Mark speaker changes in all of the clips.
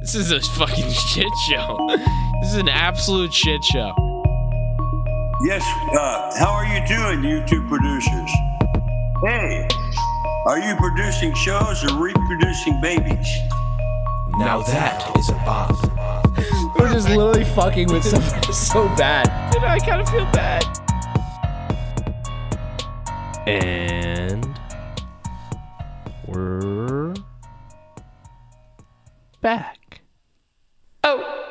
Speaker 1: This is a fucking shit show. This is an absolute shit show.
Speaker 2: Yes. Uh, how are you doing, you two producers? Hey, are you producing shows or reproducing babies?
Speaker 3: Now that is a bomb.
Speaker 4: We're just literally fucking with somebody so bad.
Speaker 1: Dude, I kind of feel bad. And we're back.
Speaker 4: Oh.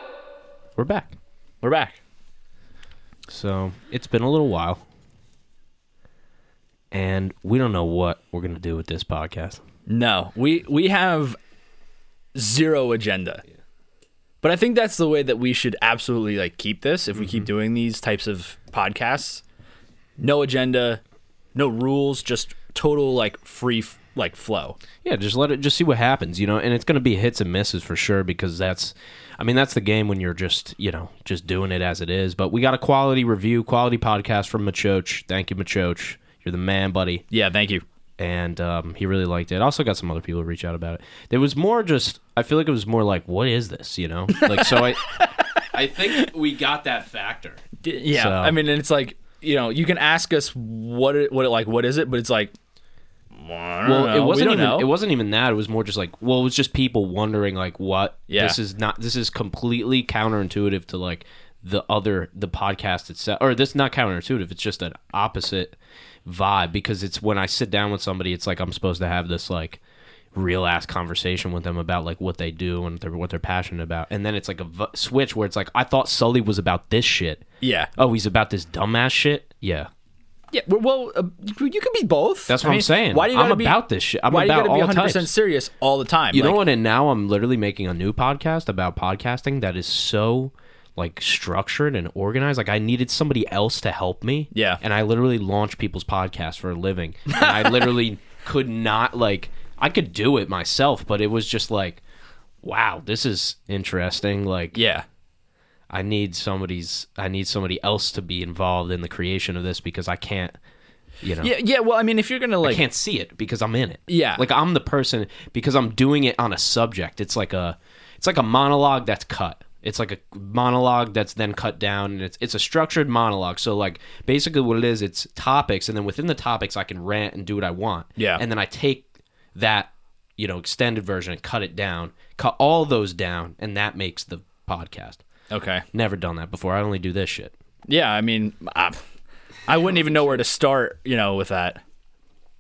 Speaker 1: We're back. We're back. So it's been a little while. And we don't know what we're going to do with this podcast.
Speaker 4: No, we we have zero agenda. But I think that's the way that we should absolutely like keep this if we
Speaker 1: Mm-hmm.
Speaker 4: keep doing these types of podcasts. No agenda, no rules, just total like free f- like flow.
Speaker 1: Yeah, just let it just see what happens, you know, and it's going to be hits and misses for sure because that's I mean, that's the game when you're just, you know, just doing it as it is. But we got a quality review, quality podcast from Machoch. Thank you, Machoch. You're the man, buddy.
Speaker 4: Yeah, thank you.
Speaker 1: And um, he really liked it. Also got some other people to reach out about it. There was more just I feel like it was more like, what is this? You know? Like so I I think we got that factor.
Speaker 4: D- Yeah,
Speaker 1: So-
Speaker 4: I mean, and it's like you know, you can ask us what it, what it, like what is it, but it's like
Speaker 1: Well,
Speaker 4: know.
Speaker 1: it
Speaker 4: We
Speaker 1: wasn't
Speaker 4: don't
Speaker 1: even
Speaker 4: know.
Speaker 1: it wasn't even that. It was more just like, well, it was just people wondering like what
Speaker 4: Yeah.
Speaker 1: this is not this is completely counterintuitive to like the other the podcast itself or this not counterintuitive, it's just an opposite vibe because it's when I sit down with somebody, it's like I'm supposed to have this like real ass conversation with them about like what they do and their, what they're passionate about. And then it's like a v- switch where it's like I thought Sully was about this shit.
Speaker 4: yeah,
Speaker 1: Oh, he's about this dumbass shit? Yeah.
Speaker 4: yeah. Well, well uh, you can be both.
Speaker 1: That's
Speaker 4: I
Speaker 1: what I'm
Speaker 4: mean,
Speaker 1: saying.
Speaker 4: Why do you
Speaker 1: I'm
Speaker 4: gotta be-
Speaker 1: about this shit. I'm
Speaker 4: why
Speaker 1: about
Speaker 4: do you
Speaker 1: all
Speaker 4: gotta be 100%
Speaker 1: types.
Speaker 4: serious all the time?
Speaker 1: You
Speaker 4: Like,
Speaker 1: know what? And now I'm literally making a new podcast about podcasting that is so like structured and organized. Like I needed somebody else to help me.
Speaker 4: Yeah.
Speaker 1: And I literally launch people's podcasts for a living. And I literally could not like I could do it myself, but it was just like, wow, this is interesting. Like
Speaker 4: Yeah.
Speaker 1: I need somebody's I need somebody else to be involved in the creation of this because I can't you know
Speaker 4: Yeah, yeah. Well, I mean, if you're gonna like,
Speaker 1: I can't see it because I'm in it.
Speaker 4: Yeah.
Speaker 1: Like I'm the person because I'm doing it on a subject. It's like a it's like a monologue that's cut. It's like a monologue that's then cut down and it's it's a structured monologue. So like basically what it is, it's topics and then within the topics I can rant and do what I want.
Speaker 4: Yeah.
Speaker 1: And then I take that, you know, extended version and cut it down, cut all those down, and that makes the podcast.
Speaker 4: okay,
Speaker 1: Never done that before. I only do this shit.
Speaker 4: yeah. I mean, I, I wouldn't even know where to start. You know, with that,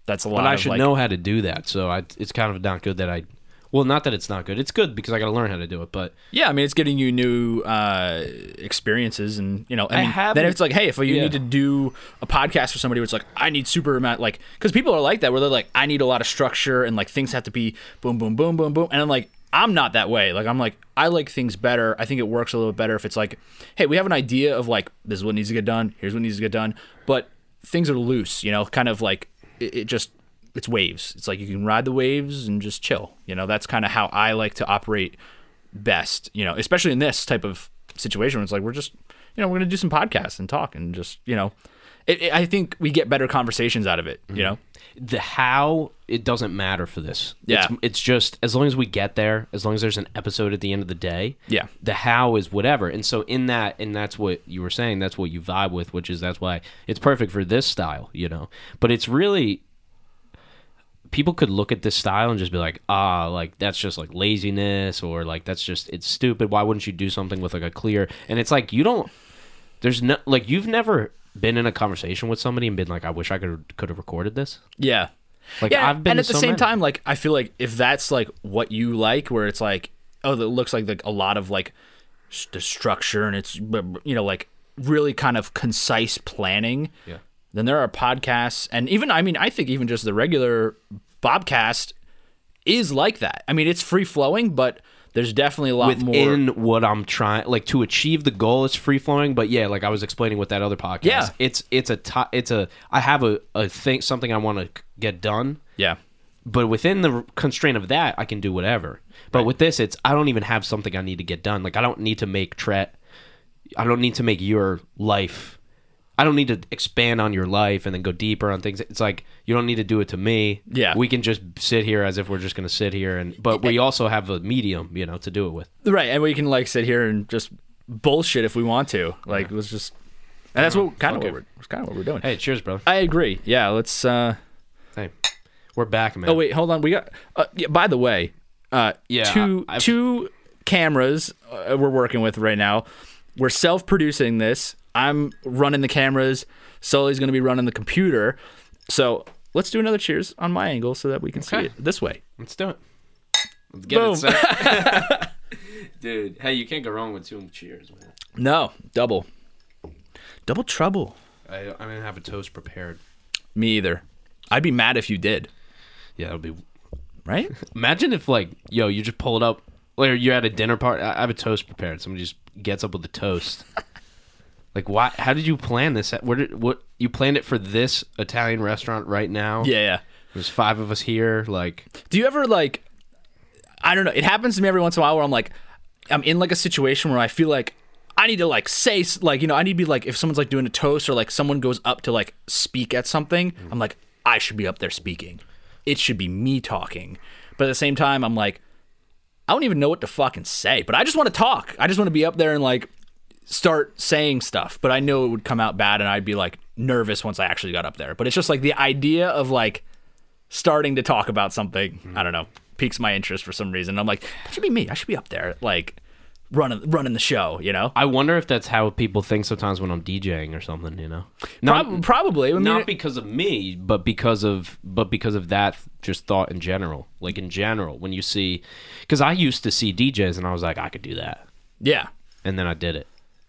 Speaker 4: that's a lot.
Speaker 1: but I
Speaker 4: of,
Speaker 1: should
Speaker 4: like-
Speaker 1: know how to do that. So I, it's kind of not good that I. Well, not that it's not good. It's good because I got to learn how to do it. But
Speaker 4: Yeah, I mean, it's getting you new uh, experiences, and you know, I mean, then
Speaker 1: haven't-
Speaker 4: if it's like, hey, if you
Speaker 1: Yeah.
Speaker 4: need to do a podcast for somebody, where it's like, I need super amount, like, because people are like that, where they're like, I need a lot of structure, and like things have to be boom, boom, boom, boom, boom, and I'm like. I'm not that way. Like I'm like I like things better. I think it works a little bit better if it's like, hey, we have an idea of like this is what needs to get done. Here's what needs to get done. But things are loose, you know, kind of like it, it just it's waves. It's like you can ride the waves and just chill. You know, that's kind of how I like to operate best, you know, especially in this type of situation where it's like we're just, you know, we're gonna do some podcasts and talk and just, you know, it, it- I think we get better conversations out of it, you know.
Speaker 1: the how it doesn't matter for this.
Speaker 4: Yeah.
Speaker 1: it's, it's just as long as we get there, as long as there's an episode at the end of the day.
Speaker 4: Yeah.
Speaker 1: the how is whatever. And so in that, and that's what you were saying. That's what you vibe with, which is that's why it's perfect for this style. You know, but it's really people could look at this style and just be like, ah, like that's just like laziness or like that's just it's stupid. Why wouldn't you do something with like a clear? And it's like you don't. There's no like you've never been in a conversation with somebody and been like, I wish I could could have recorded this.
Speaker 4: Yeah.
Speaker 1: Like,
Speaker 4: yeah,
Speaker 1: I've
Speaker 4: and
Speaker 1: been to
Speaker 4: at the
Speaker 1: so
Speaker 4: same
Speaker 1: many.
Speaker 4: time, like I feel like if that's like what you like, where it's like, oh, that looks like like a lot of like s- the structure and it's you know like really kind of concise planning. Yeah. Then there are podcasts, and even I mean, I think even just the regular Bobcast is like that. I mean, it's free flowing, but there's definitely a lot more.
Speaker 1: within what I'm trying like to achieve the goal is free flowing but yeah like I was explaining with that other podcast
Speaker 4: Yeah.
Speaker 1: it's it's a ti it's a I have a, a thing something I want to get done
Speaker 4: Yeah.
Speaker 1: but within the constraint of that I can do whatever but with this it's I don't even have something I need to get done like I don't need to make Tret I don't need to make your life I don't need to expand on your life and then go deeper on things. It's like you don't need to do it to me.
Speaker 4: Yeah.
Speaker 1: we can just sit here as if we're just going to sit here, and but we also have a medium, you know, to do it with.
Speaker 4: Right, and we can like sit here and just bullshit if we want to. Like, let's just. And that's what kind of
Speaker 1: Okay.
Speaker 4: what we're that's kind of what we're doing.
Speaker 1: Hey, cheers, brother.
Speaker 4: I agree. Yeah, let's. uh
Speaker 1: Hey, we're back, man.
Speaker 4: Oh wait, hold on. We got. Uh, yeah, by the way, uh,
Speaker 1: Yeah,
Speaker 4: two
Speaker 1: I've-
Speaker 4: two cameras uh, we're working with right now. We're self producing this. I'm running the cameras. Sully's going to be running the computer. So let's do another cheers on my angle so that we can see
Speaker 1: Okay.
Speaker 4: it this way.
Speaker 1: let's do it. Let's get
Speaker 4: Boom.
Speaker 1: it set. Dude, hey, you can't go wrong with two cheers, man.
Speaker 4: No, double, double trouble.
Speaker 1: I, I didn't have a toast prepared.
Speaker 4: Me either. I'd be mad if you did.
Speaker 1: Yeah, that'll be
Speaker 4: Right?
Speaker 1: Imagine if like yo, you just pulled up, or you're at a dinner party. I I have a toast prepared. Somebody just gets up with a toast. like why? How did you plan this? What did what you planned it for this Italian restaurant right now?
Speaker 4: yeah. yeah.
Speaker 1: there's five of us here. Like
Speaker 4: Do you ever like I don't know, it happens to me every once in a while where I'm like I'm in like a situation where I feel like I need to like say s- like you know, I need to be like if someone's like doing a toast or like someone goes up to like speak at something, I'm like I should be up there speaking. It should be me talking. But at the same time I'm like I don't even know what to fucking say, but I just want to talk. I just want to be up there and like start saying stuff, but I know it would come out bad and I'd be like nervous once I actually got up there. But it's just like the idea of like starting to talk about something. I don't know. Piques my interest for some reason. I'm like, that should be me. I should be up there, like running running the show. You know,
Speaker 1: I wonder if that's how people think sometimes when I'm DJing or something. You know, not
Speaker 4: Prob- probably. I mean,
Speaker 1: not because of me, but because of but because of that just thought in general. Like in general, when you see, because I used to see DJs and I was like, I could do that,
Speaker 4: yeah,
Speaker 1: and then I did it.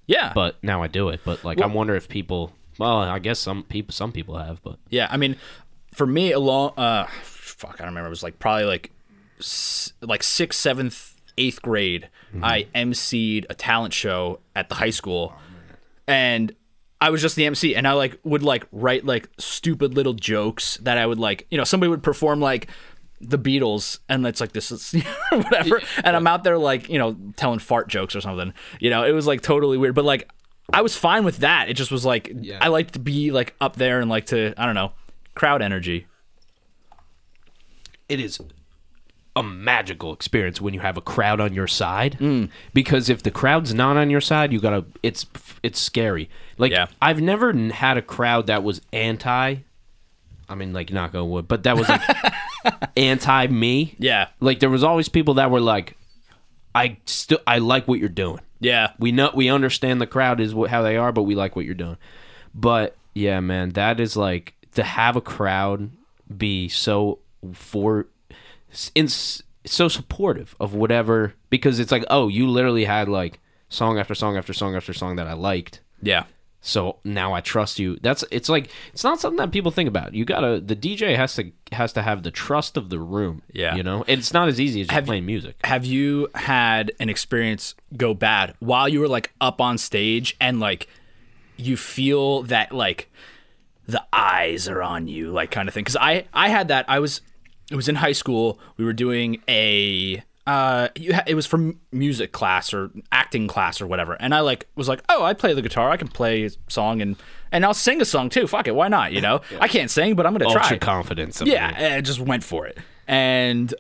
Speaker 4: yeah,
Speaker 1: but now I do it. But like, I wonder if people. Well, I guess some people, some people have, but
Speaker 4: yeah. I mean, for me, along, uh, fuck, I don't remember. It was like probably like s- like sixth, seventh, eighth grade. I emceed a talent show at the high school, and I was just the MC, and I like would like write like stupid little jokes that I would like, you know, somebody would perform like the Beatles, and it's like this is whatever, and I'm out there like you know telling fart jokes or something, you know, it was like totally weird, but like I was fine with that. It just was like I like to be like up there and like to I don't know crowd energy.
Speaker 1: it is a magical experience when you have a crowd on your side. Because if the crowd's not on your side, you gotta. It's it's scary. Like
Speaker 4: Yeah.
Speaker 1: I've never n- had a crowd that was anti. I mean, like knock on wood, but that was like anti me.
Speaker 4: Yeah,
Speaker 1: Like there was always people that were like, I still I like what you're doing.
Speaker 4: yeah,
Speaker 1: we know we understand the crowd is what, how they are, but we like what you're doing. But yeah, man, that is like to have a crowd be so for in so supportive of whatever because it's like oh you literally had like song after song after song after song that I liked.
Speaker 4: yeah.
Speaker 1: So now I trust you. That's it's like it's not something that people think about. You gotta the DJ has to has to have the trust of the room.
Speaker 4: Yeah.
Speaker 1: you know, and it's not as easy as just
Speaker 4: Have-
Speaker 1: playing music.
Speaker 4: Have you had an experience go bad while you were like up on stage and like you feel that like the eyes are on you, like kind of thing? Because I I had that. I was it was in high school. We were doing a uh you ha- it was for m- music class or acting class or whatever and i like was like oh i play the guitar i can play a song and and i'll sing a song too fuck it why not you know i can't sing but i'm gonna
Speaker 1: Ultra
Speaker 4: try
Speaker 1: confidence. I
Speaker 4: yeah,
Speaker 1: mean.
Speaker 4: and I just went for it. And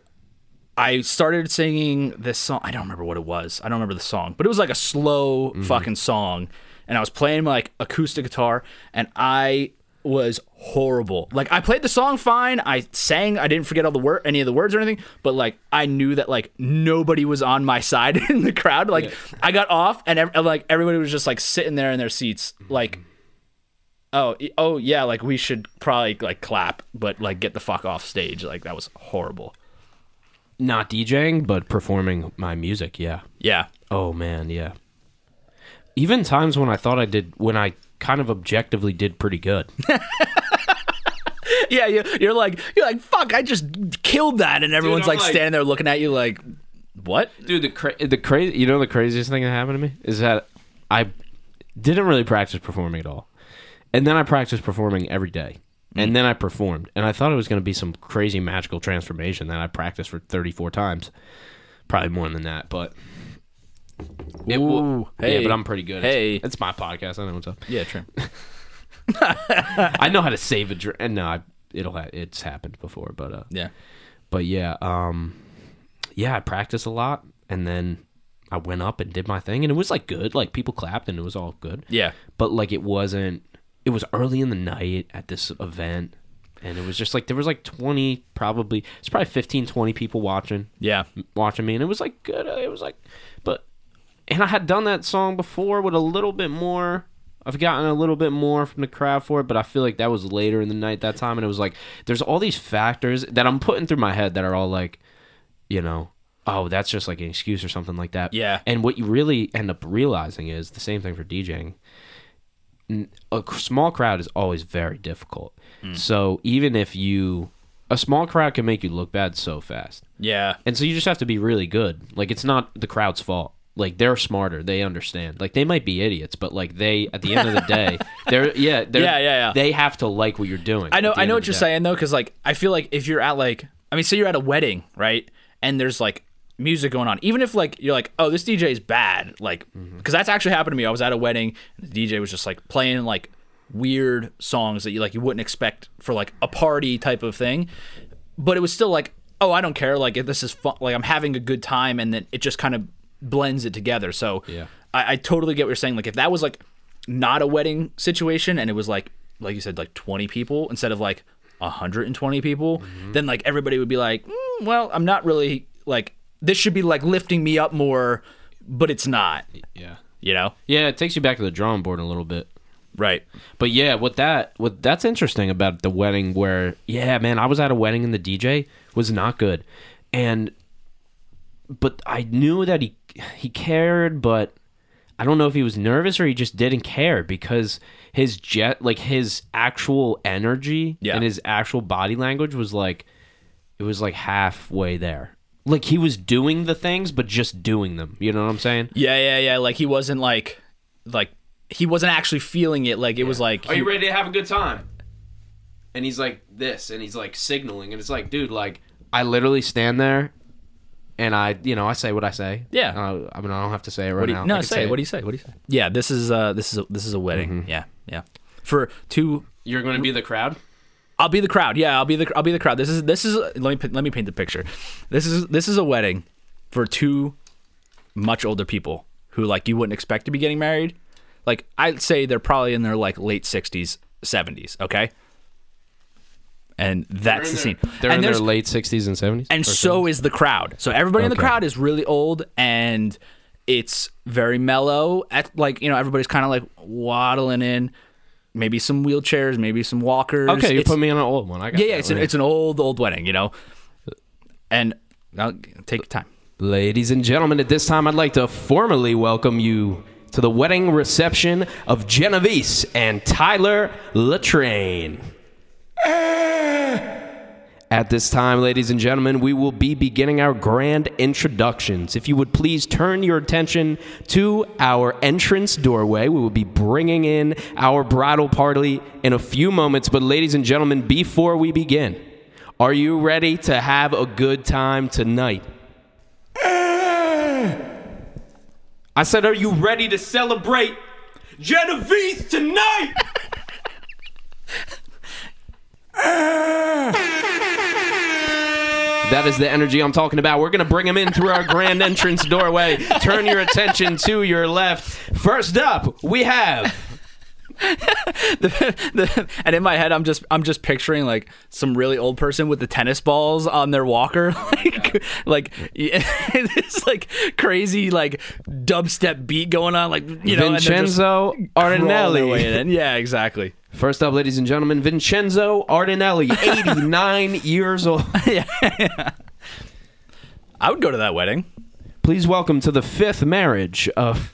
Speaker 4: I started singing this song. I don't remember what it was. I don't remember the song, but it was like a slow fucking song. And I was playing like acoustic guitar, and I was horrible. Like I played the song fine. I sang. I didn't forget all the word, any of the words or anything. But like I knew that like nobody was on my side in the crowd. Like I got off, and, ev- and like everybody was just like sitting there in their seats, like oh y- oh yeah like we should probably like clap but like get the fuck off stage like that was horrible
Speaker 1: not DJing, but performing my music. Yeah.
Speaker 4: yeah
Speaker 1: Oh man, yeah. Even times when I thought I did, when I kind of objectively did pretty good.
Speaker 4: yeah you, you're like you're like fuck i just killed that and everyone's
Speaker 1: I'm
Speaker 4: like,
Speaker 1: like-
Speaker 4: standing there looking at you like what
Speaker 1: Dude, the cra- the crazy, you know, the craziest thing that happened to me is that I didn't really practice performing at all, and then I practiced performing every day. And then I performed, and I thought it was going to be some crazy magical transformation that I practiced for 34 times, probably more than that. But it wa-
Speaker 4: Ooh,
Speaker 1: yeah,
Speaker 4: hey.
Speaker 1: but I'm pretty good.
Speaker 4: Hey.
Speaker 1: it's, it's my podcast. I know what's up.
Speaker 4: yeah true
Speaker 1: I know how to save a drink. No, I, it'll ha- it's happened before, but uh,
Speaker 4: Yeah.
Speaker 1: but yeah, um, yeah, I practiced a lot, and then I went up and did my thing, and it was like good. Like people clapped, and it was all good.
Speaker 4: Yeah.
Speaker 1: but like it wasn't. It was early in the night at this event, and it was just like there was like twenty, probably it's probably 15, 20 people watching
Speaker 4: Yeah.
Speaker 1: watching me, and it was like good. uh, It was like, but, and I had done that song before with a little bit more. I've gotten a little bit more from the crowd for it, but I feel like that was later in the night that time, and it was like there's all these factors that I'm putting through my head that are all like, you know, oh that's just like an excuse or something like that.
Speaker 4: Yeah.
Speaker 1: And what you really end up realizing is the same thing for DJing a c- small crowd is always very difficult. So even if you a small crowd can make you look bad so fast.
Speaker 4: Yeah.
Speaker 1: And so you just have to be really good. Like it's not the crowd's fault. Like they're smarter, they understand. Like they might be idiots, but like they at the end of the day, they're yeah, they're,
Speaker 4: Yeah, yeah, yeah.
Speaker 1: they have to like what you're doing.
Speaker 4: I know.
Speaker 1: at the
Speaker 4: I
Speaker 1: end
Speaker 4: know
Speaker 1: of
Speaker 4: what
Speaker 1: the
Speaker 4: you're
Speaker 1: day.
Speaker 4: saying though, because like I feel like if you're at like, I mean, say you're at a wedding, right? And there's like music going on. Even if like you're like, oh, this DJ is bad, like, because
Speaker 1: Mm-hmm.
Speaker 4: that's actually happened to me. I was at a wedding, and the DJ was just like playing like weird songs that you like you wouldn't expect for like a party type of thing, but it was still like, oh, I don't care. Like if this is fun. Like I'm having a good time, and then it just kind of blends it together. So
Speaker 1: Yeah.
Speaker 4: I, I totally get what you're saying. Like if that was like not a wedding situation and it was like like you said like 20 people instead of like 120 people, then like everybody would be like, "Mm, well, I'm not really like this should be like lifting me up more, but it's not.
Speaker 1: Yeah.
Speaker 4: You know?
Speaker 1: Yeah, it takes you back to the drawing board a little bit.
Speaker 4: Right.
Speaker 1: But yeah, what that what that's interesting about the wedding where yeah, man, I was at a wedding and the DJ was not good. And but I knew that he he cared, but I don't know if he was nervous or he just didn't care because his jet like his actual energy
Speaker 4: Yeah.
Speaker 1: and his actual body language was like it was like halfway there. Like he was doing the things but just doing them. You know what I'm saying?
Speaker 4: Yeah, yeah, yeah. Like he wasn't like like he wasn't actually feeling it. Like it was like
Speaker 1: are
Speaker 4: he-
Speaker 1: you ready to have a good time? And he's like this, and he's like signaling, and it's like, dude, like I literally stand there, and I, you know, I say what I say.
Speaker 4: Yeah.
Speaker 1: Uh, I mean, I don't have to say it right
Speaker 4: What do you-
Speaker 1: now. I
Speaker 4: no,
Speaker 1: can
Speaker 4: say it. Mm-hmm. What do you say? What do you say? Yeah, this is uh this is a, this is a wedding. Yeah, yeah. For two
Speaker 1: You're going to be the crowd.
Speaker 4: I'll be the crowd. Yeah, I'll be the I'll be the crowd. This is this is let me pin- let me paint the picture. This is this is a wedding for two much older people who like you wouldn't expect to be getting married. Like I'd say they're probably in their like late 60s, 70s, okay? And that's the scene.
Speaker 1: They're
Speaker 4: and
Speaker 1: in their
Speaker 4: there's-
Speaker 1: late 60s and 70s.
Speaker 4: and so is the crowd. So everybody in the
Speaker 1: Okay.
Speaker 4: crowd is really old and it's very mellow. At like, you know, everybody's kind of like waddling in. Maybe some wheelchairs, maybe some walkers.
Speaker 1: okay, you
Speaker 4: It's-
Speaker 1: put me on an old one. I got
Speaker 4: yeah, yeah,
Speaker 1: that
Speaker 4: it's an,
Speaker 1: one.
Speaker 4: it's an old, old wedding, you know. And I'll take your time.
Speaker 1: Ladies and gentlemen, at this time, I'd like to formally welcome you to the wedding reception of Genevieve and Tyler Latrain. At this time, ladies and gentlemen, we will be beginning our grand introductions. If you would please turn your attention to our entrance doorway, we will be bringing in our bridal party in a few moments. But, ladies and gentlemen, before we begin, are you ready to have a good time tonight? I said, Are you ready to celebrate Genevieve tonight? That is the energy I'm talking about. We're going to bring him in through our grand entrance doorway. Turn your attention to your left. First up, we have.
Speaker 4: and in my head, I'm just I'm just picturing like some really old person with the tennis balls on their walker, like like yeah, this like crazy like dubstep beat going on, like you know, and they're just
Speaker 1: Vincenzo
Speaker 4: crawling their way
Speaker 1: Artinelli.
Speaker 4: in. Yeah, exactly.
Speaker 1: First up, ladies and gentlemen, Vincenzo Artinelli, 89 years old.
Speaker 4: I would go to that wedding.
Speaker 1: Please welcome to the fifth marriage of.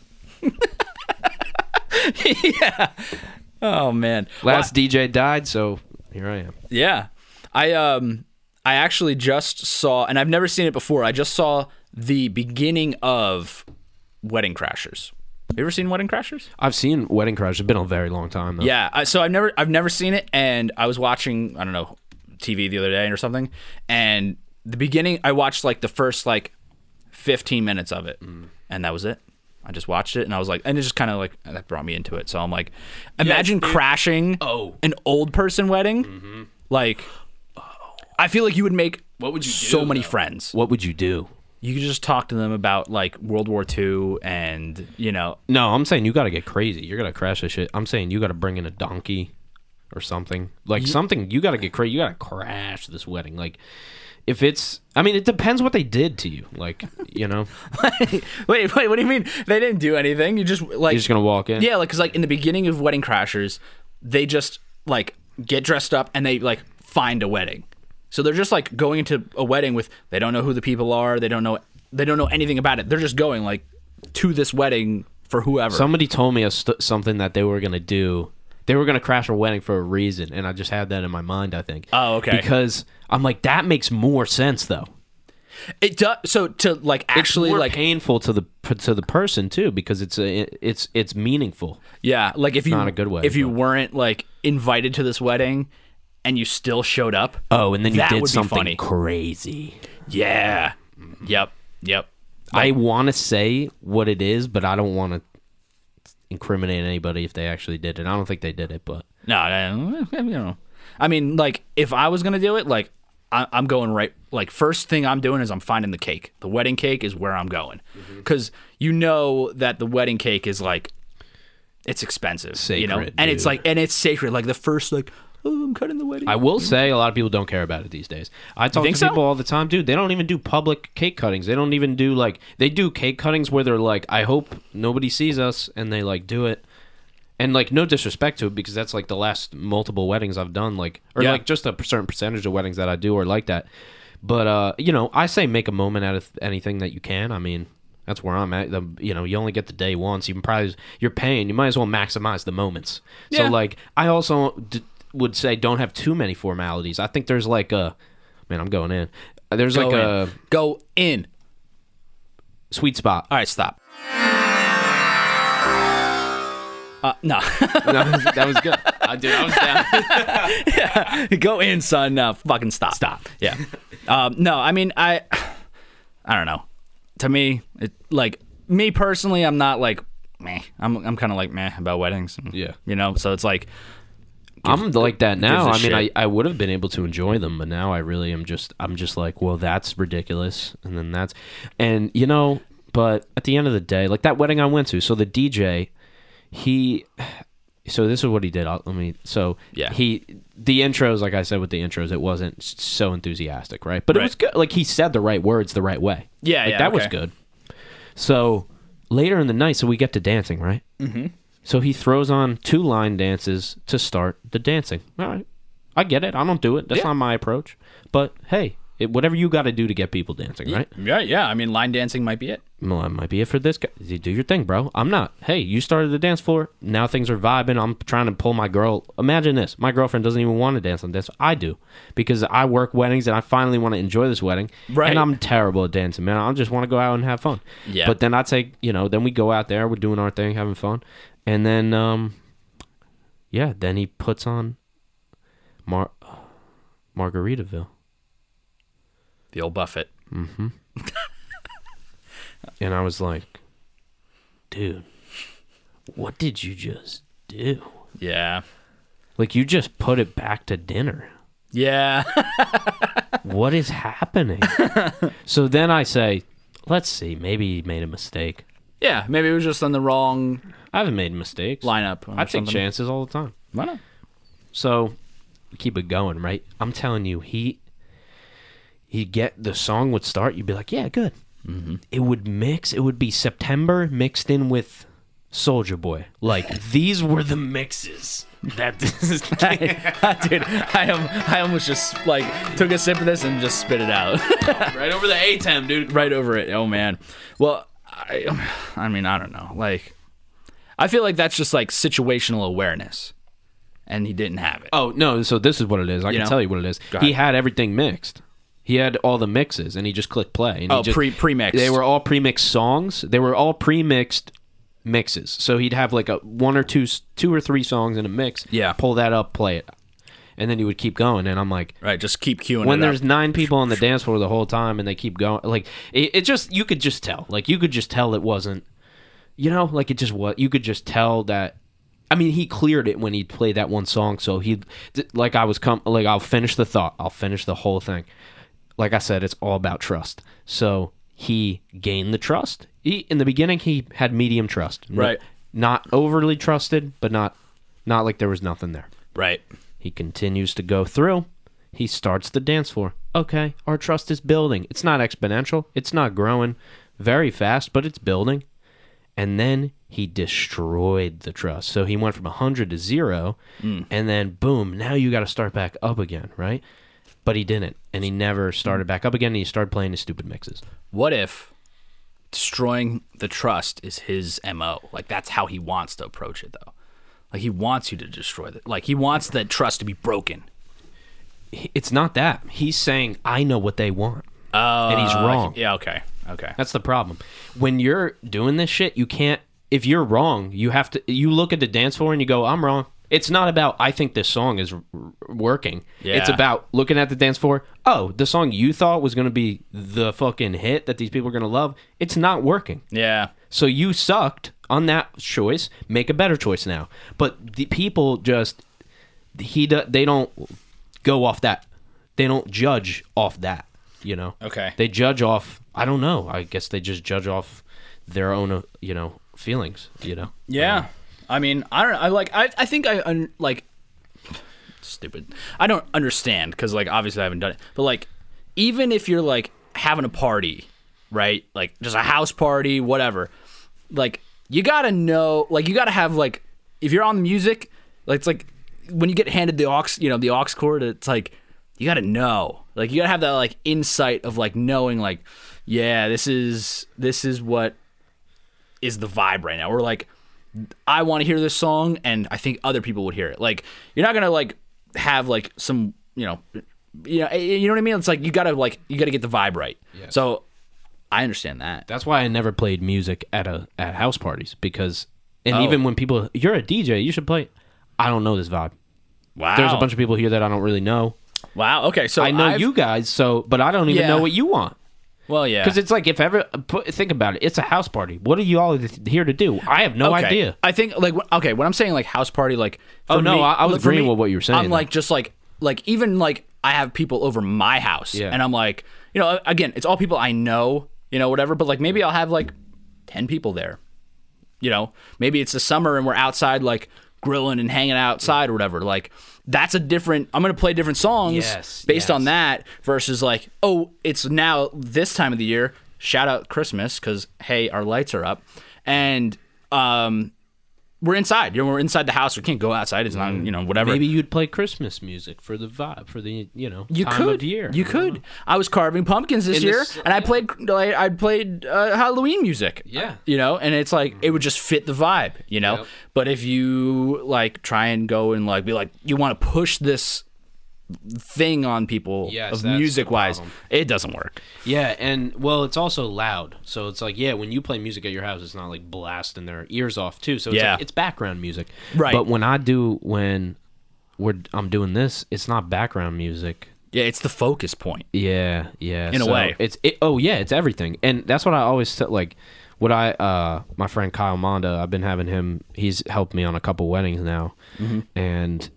Speaker 4: Oh man,
Speaker 1: Last DJ died, so here I am.
Speaker 4: Yeah. I um I actually just saw and I've never seen it before. I just saw the beginning of Wedding Crashers. Have you ever seen Wedding Crashers?
Speaker 1: I've seen Wedding Crash. It's been a very long time though.
Speaker 4: Yeah, I, so I've never I've never seen it, and I was watching I don't know TV the other day or something, and
Speaker 1: Mm.
Speaker 4: the beginning I watched like the first like fifteen minutes of it, and that was it. I just watched it and I was like, and it just kind of like that brought me into it. So I'm like, imagine crashing
Speaker 1: Oh. Mm-hmm.
Speaker 4: an old person wedding. Like, I feel like you would make
Speaker 1: What would you do,
Speaker 4: so many
Speaker 1: though?
Speaker 4: friends.
Speaker 1: What would you do?
Speaker 4: You could just talk to them about like World War II and you know
Speaker 1: No, I'm saying you got to get crazy. You're gonna crash this shit. I'm saying you got to bring in a donkey or something. Like something you got to get crazy. You got to crash this wedding. Like if it's, I mean, it depends what they did to you. Like you know,
Speaker 4: wait, wait, what do you mean? They didn't do anything. You just like
Speaker 1: you're just gonna walk in.
Speaker 4: yeah, like because like in the beginning of Wedding Crashers, they just like get dressed up and they like find a wedding. So they're just like going into a wedding with they don't know who the people are. They don't know they don't know anything about it. They're just going like to this wedding for whoever.
Speaker 1: Somebody told me a st- something that they were gonna do. They were gonna crash a wedding for a reason, and I just had that in my mind. I think.
Speaker 4: Oh, okay.
Speaker 1: Because I'm like, that makes more sense though.
Speaker 4: it does so to like actually
Speaker 1: More
Speaker 4: like
Speaker 1: painful to the to the person too, because it's a it's it's meaningful.
Speaker 4: yeah like if you
Speaker 1: not a good wedding,
Speaker 4: if you
Speaker 1: but-
Speaker 4: weren't like invited to this wedding and you still showed up.
Speaker 1: Oh, and then you
Speaker 4: That would
Speaker 1: did
Speaker 4: be
Speaker 1: something
Speaker 4: funny.
Speaker 1: crazy.
Speaker 4: Yeah. Yep. Yep.
Speaker 1: I want to say what it is, but I don't want to incriminate anybody if they actually did it. I don't think they did it, but
Speaker 4: No, no, no, you know. I mean, like if I was gonna do it, like I, I'm going right. Like first thing I'm doing is I'm finding the cake. The wedding cake is where I'm going,
Speaker 1: Mm-hmm.
Speaker 4: because you know that the wedding cake is like it's expensive, you know,
Speaker 1: Sacred,
Speaker 4: and it's
Speaker 1: dude.
Speaker 4: like and it's sacred. Like the first, like oh, I'm cutting the wedding.
Speaker 1: I will say a lot of people don't care about it these days. I talk to
Speaker 4: think so?
Speaker 1: people all the time, dude. They don't even do public cake cuttings. They don't even do like they do cake cuttings where they're like, I hope nobody sees us, and they like do it. And like no disrespect to it because that's like the last multiple weddings I've done, like or
Speaker 4: Yeah.
Speaker 1: like just a certain percentage of weddings that I do are like that. But uh, you know, I say make a moment out of anything that you can. I mean, that's where I'm at. The, you know, you only get the day once. You can probably you're paying. You might as well maximize the moments. So
Speaker 4: Yeah.
Speaker 1: like, I also d- would say don't have too many formalities. I think there's like a man. I'm going in. There's
Speaker 4: go
Speaker 1: like
Speaker 4: in.
Speaker 1: a
Speaker 4: go in.
Speaker 1: sweet spot.
Speaker 4: All right, stop. Uh, no,
Speaker 1: that, was, that was good. I did. I was down.
Speaker 4: go in, son. Uh, fucking stop. Stop. Yeah. um, no, I mean, I, I don't know. To me, it like me personally, I'm not like meh. I'm I'm kind of like meh about weddings. and-
Speaker 1: Yeah.
Speaker 4: You know, so it's like
Speaker 1: I'm like that now. I
Speaker 4: gives a
Speaker 1: mean, I,
Speaker 4: shit.
Speaker 1: I would have been able to enjoy them, but now I really am just I'm just like, well, that's ridiculous, and then that's, and you know, but at the end of the day, like that wedding I went to, so the DJ, he, so this is what he did. I'll, let me. So
Speaker 4: Yeah.
Speaker 1: he the intros, like I said with the intros, it wasn't s- so enthusiastic, right? But it
Speaker 4: Right.
Speaker 1: was good. Like he said the right words the right way.
Speaker 4: Yeah,
Speaker 1: Like,
Speaker 4: yeah,
Speaker 1: that was
Speaker 4: okay.
Speaker 1: good. So later in the night, so we get to dancing, right? So he throws on two line dances to start the dancing. All right. I get it. I don't do it. That's
Speaker 4: Yeah.
Speaker 1: not my approach. But hey, it, whatever you got to do to get people dancing, right?
Speaker 4: yeah, yeah. I mean, line dancing might be it.
Speaker 1: Well, that might be it for this guy. You Do your thing, bro. I'm not. Hey, you started the dance floor. Now things are vibing. I'm trying to pull my girl. Imagine this. My girlfriend doesn't even want to dance on dance. floor. I do because I work weddings and I finally want to enjoy this wedding.
Speaker 4: Right.
Speaker 1: And I'm terrible at dancing, man. I just want to go out and have fun.
Speaker 4: Yeah.
Speaker 1: But then I take, you know, then we go out there. We're doing our thing, having fun, and then, um, yeah, then he puts on Mar Margaritaville.
Speaker 4: The old Buffett.
Speaker 1: And I was like, dude, what did you just do?
Speaker 4: Yeah.
Speaker 1: Like, you just put it back to dinner.
Speaker 4: Yeah.
Speaker 1: What is happening? so then I say, let's see, maybe he made a mistake.
Speaker 4: yeah. Maybe it was just on the wrong
Speaker 1: I haven't made mistakes.
Speaker 4: lineup. Or
Speaker 1: I take
Speaker 4: something.
Speaker 1: chances all the time.
Speaker 4: Why not?
Speaker 1: So keep it going, right? I'm telling you, he he get the song would start. You'd be like, yeah, good. It would mix. It would be September mixed in with Soldier Boy. Like these were the mixes that this is.
Speaker 4: Dude, I am. I almost just like took a sip of this and just spit it out.
Speaker 1: right over the ATEM, dude.
Speaker 4: right over it. Oh man. Well, I, I mean, I don't know. Like, I feel like that's just like situational awareness, and he didn't have it.
Speaker 1: Oh no! So this is what it is. I can
Speaker 4: know?
Speaker 1: tell you what it is.
Speaker 4: Go
Speaker 1: He
Speaker 4: ahead.
Speaker 1: had everything mixed. He had all the mixes, and he just clicked play. And he
Speaker 4: Oh,
Speaker 1: just-
Speaker 4: pre- pre-mixed.
Speaker 1: They were all pre-mixed songs. They were all pre-mixed mixes. So he'd have like a one or two, s- two or three songs in a mix.
Speaker 4: Yeah.
Speaker 1: Pull that up, play it, and then he would keep going. And I'm like,
Speaker 4: Right. Just keep queuing.
Speaker 1: when
Speaker 4: it
Speaker 1: there's
Speaker 4: up.
Speaker 1: nine people on the dance floor the whole time and they keep going, like it, it just you could just tell. Like you could just tell it wasn't. you know, like it just was. You could just tell that. I mean, he cleared it when he played that one song. So he, d- like, I was come, like, I'll finish the thought. I'll finish the whole thing. Like I said, it's all about trust. So he gained the trust. He in the beginning he had medium trust, N-
Speaker 4: Right.
Speaker 1: Not overly trusted, but not, not like there was nothing there.
Speaker 4: Right.
Speaker 1: He continues to go through. He starts the dance floor. Okay, our trust is building. It's not exponential, it's not growing very fast, but it's building. And then he destroyed the trust. So he went from 100 to zero, and then boom, now you got to start back up again, right? But he didn't, and he never started back up again, and he started playing his stupid mixes.
Speaker 4: What if destroying the trust is his MO? Like that's how he wants to approach it though. Like he wants you to destroy the like he wants that trust to be broken.
Speaker 1: He- It's not that. He's saying, I know what they want. and he's wrong.
Speaker 4: Yeah, okay. Okay.
Speaker 1: That's the problem. When you're doing this shit, you can't. If you're wrong, you have to. You look at the dance floor and you go, "I'm wrong." It's not about I think this song is r- r- working. It's
Speaker 4: Yeah.
Speaker 1: about looking at the dance floor. Oh, the song you thought was gonna be the fucking hit that these people are gonna love. It's not working.
Speaker 4: Yeah.
Speaker 1: So you sucked on that choice. Make a better choice now. But the people just he do- they don't go off that. They don't judge off that. You know.
Speaker 4: Okay.
Speaker 1: They judge off. I don't know. I guess they just judge off their own. uh, You know feelings. You know.
Speaker 4: Yeah. I mean, I don't I like I I think I un, like stupid. I don't understand cuz like obviously I haven't done it. But like even if you're like having a party, right? Like just a house party, whatever. Like you got to know like you got to have like if you're on the music, like it's like when you get handed the aux, you know, the aux cord, it's like you got to know. Like you got to have that like insight of like knowing like yeah, this is this is what is the vibe right now. Or like, I want to hear this song, and I think other people would hear it. Like, you're not gonna like have like some you know, you know, eh, you know what I mean. It's like you gotta like you gotta get the vibe right. So, I understand that.
Speaker 1: That's why I never played music at a at house parties because and
Speaker 4: Oh.
Speaker 1: even when people you're a DJ you should play. I don't know this vibe.
Speaker 4: Wow.
Speaker 1: There's a bunch of people here that I don't really know.
Speaker 4: Wow. Okay. So
Speaker 1: I know
Speaker 4: I've-
Speaker 1: you guys, so but I don't even
Speaker 4: Yeah.
Speaker 1: know what you want.
Speaker 4: Well, yeah.
Speaker 1: Because it's like if ever put, think about it, it's a house party. What are you all here to do? I have no
Speaker 4: okay.
Speaker 1: idea.
Speaker 4: I think like wh- okay, when I'm saying like house party, like
Speaker 1: Oh,
Speaker 4: for
Speaker 1: no,
Speaker 4: me-
Speaker 1: I- I was
Speaker 4: for
Speaker 1: agreeing
Speaker 4: me,
Speaker 1: with what you were saying,
Speaker 4: I'm
Speaker 1: though.
Speaker 4: like just like like even like I have people over my house,
Speaker 1: Yeah.
Speaker 4: and I'm like you know again, it's all people I know, you know whatever. But like maybe I'll have like ten people there, you know. Maybe it's the summer and we're outside like grilling and hanging out outside or whatever. Like that's a different. I'm gonna play different songs
Speaker 1: Yes,
Speaker 4: based
Speaker 1: yes.
Speaker 4: on that versus like oh it's now this time of the year. Shout out Christmas because hey our lights are up and um we're inside. You know, we're inside the house. We can't go outside. It's not, you know, whatever.
Speaker 1: Mm-hmm. Maybe you'd play Christmas music for the vibe, for the you know
Speaker 4: you
Speaker 1: time
Speaker 4: could.
Speaker 1: of year.
Speaker 4: You could. I was carving pumpkins this
Speaker 1: In
Speaker 4: year,
Speaker 1: this-
Speaker 4: and I played. I, I played uh, Halloween music.
Speaker 1: Yeah.
Speaker 4: You know, and it's like it would just fit the vibe. You know,
Speaker 1: Yep.
Speaker 4: but if you like try and go and like be like you want to push this thing on people
Speaker 1: Yes,
Speaker 4: of
Speaker 1: that's the
Speaker 4: music wise,
Speaker 1: problem.
Speaker 4: it doesn't work.
Speaker 1: Yeah, and well, it's also loud. So it's like, yeah, when you play music at your house, it's not like blasting their ears off too. So it's
Speaker 4: Yeah.
Speaker 1: like, it's background music.
Speaker 4: Right.
Speaker 1: But when I do when we're I'm doing this, it's not background music.
Speaker 4: Yeah, it's the focus point.
Speaker 1: Yeah, yeah.
Speaker 4: In a
Speaker 1: so
Speaker 4: way.
Speaker 1: it's it, oh yeah, it's everything, and that's what I always t- like. What I uh my friend Kyle Monda, I've been having him. He's helped me on a couple weddings now,
Speaker 4: Mm-hmm.
Speaker 1: and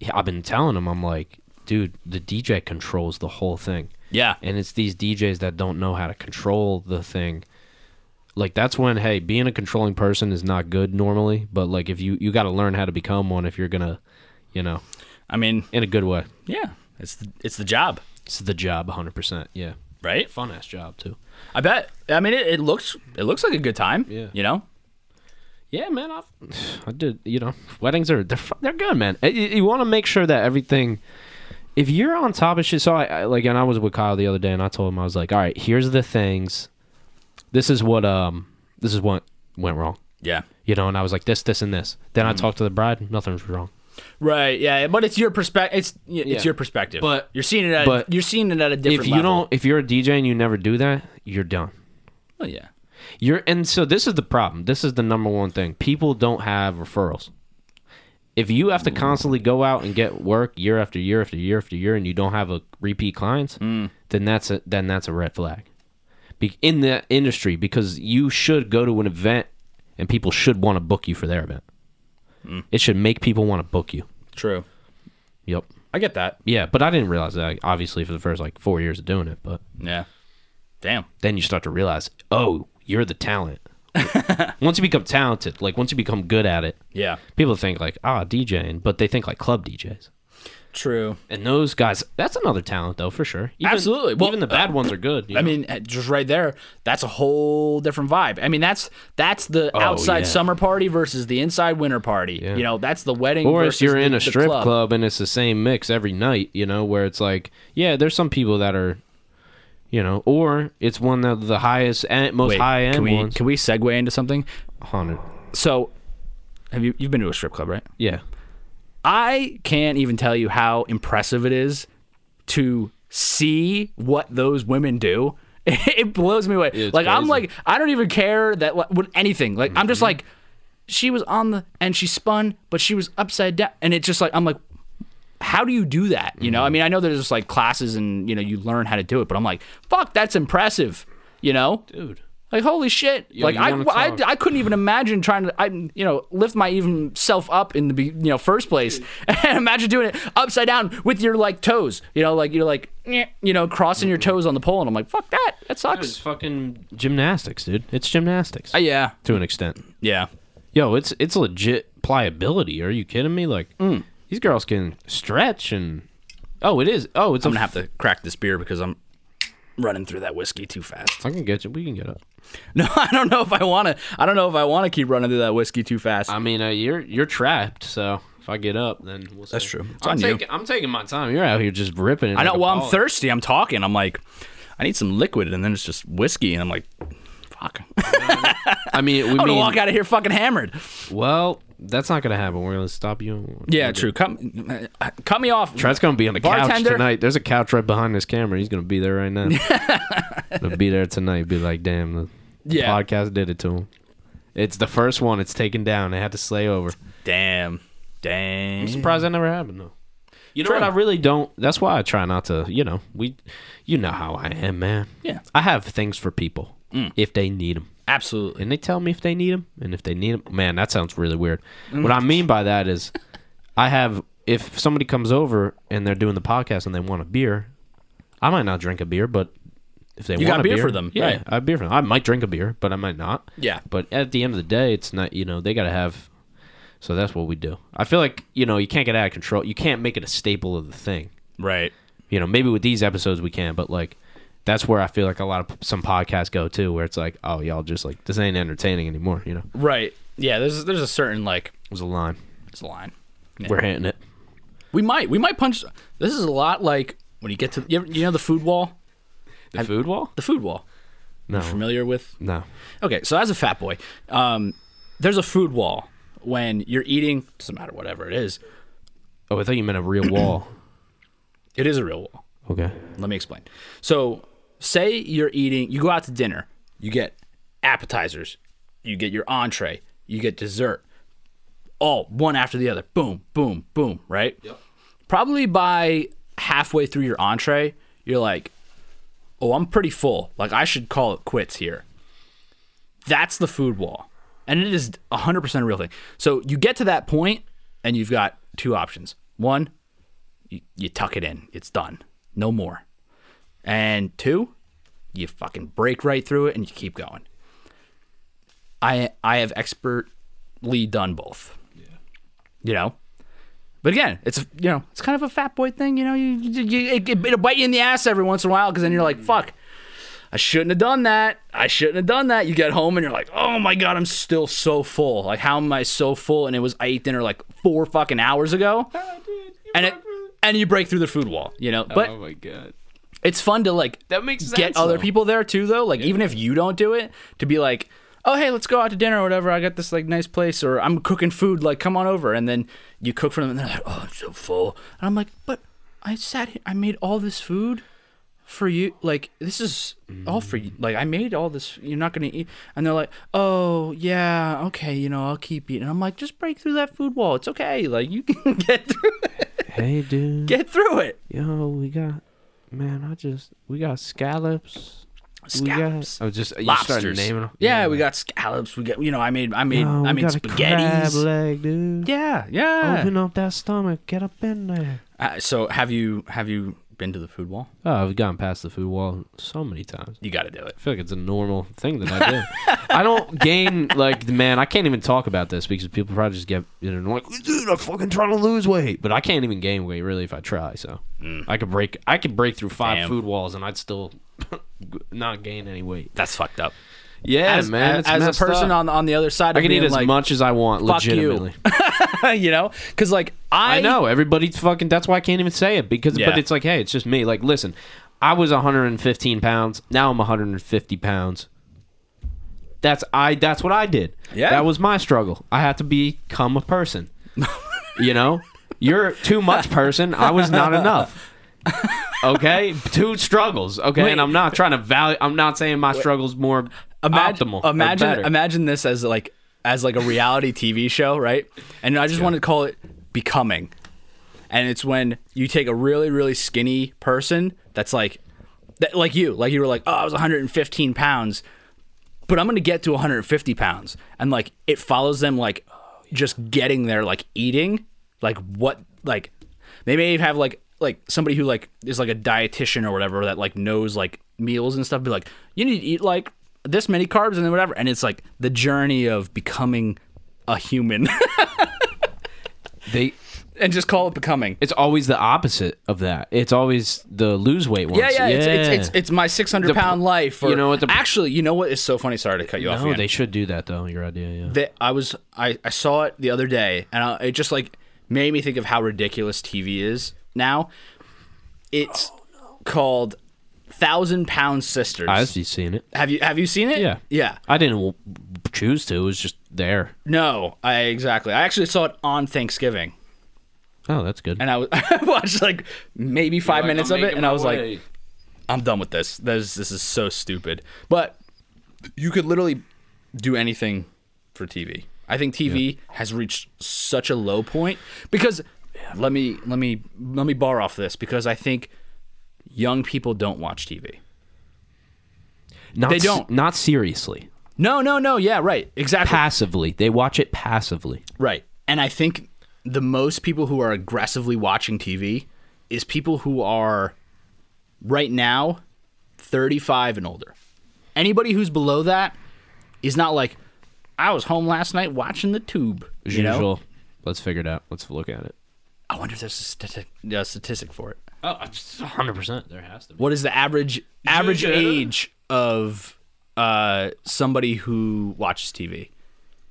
Speaker 1: he- I've been telling him, I'm like, dude, the DJ controls the whole thing.
Speaker 4: Yeah.
Speaker 1: and it's these DJs that don't know how to control the thing. Like that's when hey, being a controlling person is not good normally, but like if you you got to learn how to become one if you're gonna, you know,
Speaker 4: I mean,
Speaker 1: in a good way.
Speaker 4: yeah, it's the, it's the job,
Speaker 1: It's the job, 100. percent Yeah,
Speaker 4: right?
Speaker 1: fun ass job too.
Speaker 4: I bet. I mean, it, it looks it looks like a good time.
Speaker 1: Yeah.
Speaker 4: You know,
Speaker 1: Yeah, man. I've, I did. You know, weddings are they're fu- they're good, man. You, want to make sure that everything. If you're on top of shit, so I, I like, and I was with Kyle the other day, and I told him I was like, all right, here's the things. This is what um, this is what went wrong,
Speaker 4: Yeah.
Speaker 1: you know. And I was like, this, this, and this. Then I talked to the bride. Nothing's wrong.
Speaker 4: Right. Yeah. But it's your perspective. It's y- it's
Speaker 1: Yeah.
Speaker 4: your perspective.
Speaker 1: But-
Speaker 4: you're seeing it. At,
Speaker 1: but
Speaker 4: you're seeing it at a different.
Speaker 1: if you
Speaker 4: level.
Speaker 1: don't, if you're a DJ and you never do that, you're done.
Speaker 4: Well, Oh, yeah.
Speaker 1: You're and so this is the problem. This is the number one thing. People don't have referrals. If you have to constantly go out and get work year after year after year after year, and you don't have a repeat clients, then that's a then that's a red flag, Be, in the industry because you should go to an event and people should want to book you for their event. It should make people want to book you.
Speaker 4: True.
Speaker 1: Yep.
Speaker 4: I get that.
Speaker 1: Yeah, but I didn't realize that obviously for the first like four years of doing it, but
Speaker 4: Yeah. Damn.
Speaker 1: then you start to realize, oh, you're the talent. once you become talented, like once you become good at it,
Speaker 4: Yeah.
Speaker 1: people think like ah DJing, but they think like club DJs.
Speaker 4: True.
Speaker 1: And those guys, that's another talent though for sure. Even,
Speaker 4: Absolutely. Well,
Speaker 1: even the bad ones are good. you
Speaker 4: I
Speaker 1: know?
Speaker 4: mean, eh, just right there, that's a whole different vibe. I mean, that's that's the outside
Speaker 1: Oh, yeah.
Speaker 4: summer party versus the inside winter party. You know, that's the wedding.
Speaker 1: or if
Speaker 4: versus
Speaker 1: you're in
Speaker 4: the-
Speaker 1: a
Speaker 4: the
Speaker 1: strip club. and it's the same mix every night, you know, where it's like, yeah, there's some people that are, you know, or it's one of the highest, and most
Speaker 4: Wait,
Speaker 1: high end
Speaker 4: can we
Speaker 1: ones.
Speaker 4: can we segue into something?
Speaker 1: Haunted.
Speaker 4: So, have you you've been to a strip club, right?
Speaker 1: Yeah.
Speaker 4: I can't even tell you how impressive it is to see what those women do. It blows me away.
Speaker 1: it's
Speaker 4: like I'm
Speaker 1: crazy. Mm-hmm.
Speaker 4: like I don't even care that what what- anything. Like I'm just like she was on the and she spun, but she was upside down, and it's just like I'm like, how do you do that? You
Speaker 1: Mm-hmm.
Speaker 4: know, I mean, I know there's just like classes and you know you learn how to do it, but I'm like, fuck, that's impressive. You know,
Speaker 1: Dude.
Speaker 4: like holy shit! like
Speaker 1: you
Speaker 4: I,
Speaker 1: wanna
Speaker 4: I,
Speaker 1: talk.
Speaker 4: I couldn't even imagine trying to I you know lift my even self up in the be- you know first place and imagine doing it upside down with your like toes you know like you're like "Nyeh," you know crossing your toes on the pole and I'm like fuck that that
Speaker 1: It's
Speaker 4: sucks.
Speaker 1: fucking gymnastics, dude. It's gymnastics
Speaker 4: Uh, yeah,
Speaker 1: to an extent.
Speaker 4: yeah,
Speaker 1: Yo, it's it's legit pliability. Are you kidding me? Like these girls can stretch and oh, it is. Oh, it's
Speaker 4: I'm
Speaker 1: a
Speaker 4: gonna have to crack this beer because I'm running through that whiskey too fast.
Speaker 1: I can get you. We can get up.
Speaker 4: No, I don't know if I wanna. I don't know if I wanna keep running through that whiskey too fast.
Speaker 1: I mean, uh, you're you're trapped. So if I get up, then we'll see.
Speaker 4: That's true. It's
Speaker 1: I'm
Speaker 4: on you.
Speaker 1: taking I'm taking my time. You're out here just ripping. It
Speaker 4: I know.
Speaker 1: like a
Speaker 4: Well, I'm
Speaker 1: baller.
Speaker 4: thirsty. I'm talking. I'm like, I need some liquid, and then it's just whiskey, and I'm like, fuck.
Speaker 1: I mean, we
Speaker 4: I'm
Speaker 1: mean,
Speaker 4: gonna walk out of here fucking hammered.
Speaker 1: well, that's not gonna happen. We're gonna stop you.
Speaker 4: Yeah, true. Come, cut me off.
Speaker 1: Trent's gonna be on the
Speaker 4: Bartender?
Speaker 1: couch tonight. There's a couch right behind this camera. He's gonna be there right now. gonna be there tonight. Be like, damn, the the
Speaker 4: Yeah.
Speaker 1: podcast did it to him. It's the first one. It's taken down. It had to slay over.
Speaker 4: Damn, damn.
Speaker 1: Surprised that never happened though. You know
Speaker 4: True.
Speaker 1: what? I really don't. That's why I try not to. You know, we, you know how I am, man.
Speaker 4: Yeah.
Speaker 1: I have things for people if they need them,
Speaker 4: Absolutely.
Speaker 1: and they tell me if they need them, and if they need them, man, that sounds really weird.
Speaker 4: Mm.
Speaker 1: What I mean by that is, I have if somebody comes over and they're doing the podcast and they want a beer, I might not drink a beer, but if they
Speaker 4: You
Speaker 1: want
Speaker 4: got
Speaker 1: a
Speaker 4: beer
Speaker 1: beer,
Speaker 4: for them,
Speaker 1: yeah,
Speaker 4: right.
Speaker 1: I have beer for them. I might drink a beer, but I might not.
Speaker 4: Yeah.
Speaker 1: But at the end of the day, it's not, you know, they got to have. So that's what we do. I feel like, you know, you can't get out of control. You can't make it a staple of the thing.
Speaker 4: Right.
Speaker 1: You know, maybe with these episodes we can, but like, that's where I feel like a lot of some podcasts go to, where it's like, oh, y'all just like, this ain't entertaining anymore. You know,
Speaker 4: Right. Yeah. There's there's a certain like
Speaker 1: there's a line.
Speaker 4: there's a line.
Speaker 1: We're hitting it.
Speaker 4: We might we might punch. This is a lot like when you get to you, ever- you know the food wall,
Speaker 1: The food wall?
Speaker 4: the food wall.
Speaker 1: No.
Speaker 4: Familiar with?
Speaker 1: No.
Speaker 4: Okay. So as a fat boy, um, there's a food wall when you're eating. Doesn't matter whatever it is.
Speaker 1: Oh, I thought you meant a real wall.
Speaker 4: It is a real wall.
Speaker 1: Okay.
Speaker 4: Let me explain. So, say you're eating, you go out to dinner, you get appetizers, you get your entree, you get dessert, all one after the other. Boom, boom, boom, right? Yep. Probably by halfway through your entree, you're like, oh, I'm pretty full. Like, I should call it quits here. That's the food wall. And it is 100% a real thing. So, you get to that point, and you've got two options. One, you, you tuck it in, it's done, no more. And two, you fucking break right through it and you keep going. I I have expertly done both. Yeah. You know? But again, it's you know, it's kind of a fat boy thing, you know, you, you, you it, it'll bite you in the ass every once in a while cuz then you're like, fuck. I shouldn't have done that. I shouldn't have done that. You get home and you're like, "Oh my god, I'm still so full. Like how am I so full?" And it was I ate dinner like 4 fucking hours ago. and it and you break through the Oh, food wall, you know. But
Speaker 1: Oh my God.
Speaker 4: it's fun to like
Speaker 1: That makes
Speaker 4: get
Speaker 1: sense,
Speaker 4: other
Speaker 1: though.
Speaker 4: people there too though like even if you don't do it to be like oh hey let's go out to dinner or whatever i got this like nice place or i'm cooking food like come on over and then you cook for them and they're like oh i'm so full and i'm like but i sat here i made all this food for you like this is all for you like i made all this you're not gonna eat and they're like oh yeah okay you know i'll keep eating and i'm like just break through that food wall it's okay like you can get through
Speaker 1: Hey, dude.
Speaker 4: get through it
Speaker 1: Yo, we got, man, I just, we got scallops. We got-
Speaker 4: Scallops.
Speaker 1: I was just you started
Speaker 4: lobsters.
Speaker 1: naming 'em.
Speaker 4: yeah, we got scallops. We got you know, I made I made
Speaker 1: Oh, we
Speaker 4: I made
Speaker 1: got a crab
Speaker 4: spaghettis.
Speaker 1: leg, Oh, dude.
Speaker 4: Yeah, yeah.
Speaker 1: Open up that stomach. Get up in there.
Speaker 4: Uh, so have you have you been to the food wall?
Speaker 1: Oh, I've gone past the food wall so many times.
Speaker 4: You got to do it.
Speaker 1: I feel like it's a normal thing that I do. I don't gain like man. I can't even talk about this because people probably just get you know like dude, I'm fucking trying to lose weight, but I can't even gain weight really if I try. So I could break I could break through five
Speaker 4: Damn.
Speaker 1: food walls and I'd still not gain any weight.
Speaker 4: That's fucked up.
Speaker 1: Yeah,
Speaker 4: As,
Speaker 1: man.
Speaker 4: a-
Speaker 1: it's
Speaker 4: as,
Speaker 1: messed
Speaker 4: a person
Speaker 1: up.
Speaker 4: on on the other side,
Speaker 1: I
Speaker 4: of
Speaker 1: can eat
Speaker 4: being
Speaker 1: as
Speaker 4: like,
Speaker 1: much as I want
Speaker 4: "Fuck you."
Speaker 1: legitimately.
Speaker 4: you know, because like I,
Speaker 1: I know everybody fucking. That's why I can't even say it because.
Speaker 4: Yeah.
Speaker 1: But it's like, hey, it's just me. Like, listen, I was 115 pounds. Now I'm 150 pounds. That's I. That's what I did.
Speaker 4: Yeah.
Speaker 1: That was my struggle. I had to become a person. you know, you're too much person. I was not enough. Okay, two struggles. Okay,
Speaker 4: Wait.
Speaker 1: and I'm not trying to value. I'm not saying my struggles more
Speaker 4: imagine,
Speaker 1: optimal. or
Speaker 4: Imagine
Speaker 1: better.
Speaker 4: imagine this as like as like a reality TV show, right? And I just want to call it becoming. And it's when you take a really really skinny person that's like that like you, like you were like, "Oh, I was 115 pounds, but I'm going to get to 150 pounds." And like it follows them like just getting there like eating, like what like they may have like like somebody who like is like a dietitian or whatever that like knows like meals and stuff be like you need to eat like this many carbs and then whatever and it's like the journey of becoming a human
Speaker 1: they.
Speaker 4: and just call it becoming
Speaker 1: It's always the opposite of that. It's always the lose weight ones.
Speaker 4: yeah yeah, It's, it's, it's it's my 600
Speaker 1: The
Speaker 4: pound
Speaker 1: pr-
Speaker 4: life or,
Speaker 1: you know what the-
Speaker 4: actually you know what is so funny sorry to cut you off
Speaker 1: No,
Speaker 4: again.
Speaker 1: they should do that though. Your idea, yeah.
Speaker 4: that I was I, I saw it the other day and I, it just like made me think of how ridiculous TV is now. It's called Thousand Pound Sisters.
Speaker 1: I've seen it.
Speaker 4: have you have you seen it?
Speaker 1: Yeah,
Speaker 4: yeah.
Speaker 1: I didn't w- choose to. It was just there.
Speaker 4: No, I exactly. I actually saw it on Thanksgiving,
Speaker 1: Oh, that's good.
Speaker 4: and I, was, I watched like maybe five minutes of it, and I was like, I'm done with this. This this is so stupid. But you could literally do anything for TV. I think TV has reached such a low point because let me let me let me bar off this because I think young people don't watch TV.
Speaker 1: not
Speaker 4: they
Speaker 1: s-
Speaker 4: don't.
Speaker 1: not seriously,
Speaker 4: No, no, no. Yeah, right. Exactly.
Speaker 1: passively. They watch it passively.
Speaker 4: Right. And I think the most people who are aggressively watching TV is people who are right now 35 and older. Anybody who's below that is not like I was home last night watching the tube.
Speaker 1: As
Speaker 4: You know?
Speaker 1: usual. Let's figure it out. Let's look at it.
Speaker 4: I wonder if there's a statistic, a statistic for it.
Speaker 1: Oh, hundred percent. There has to be.
Speaker 4: What is the average average
Speaker 1: Yeah.
Speaker 4: age of uh, somebody who watches TV?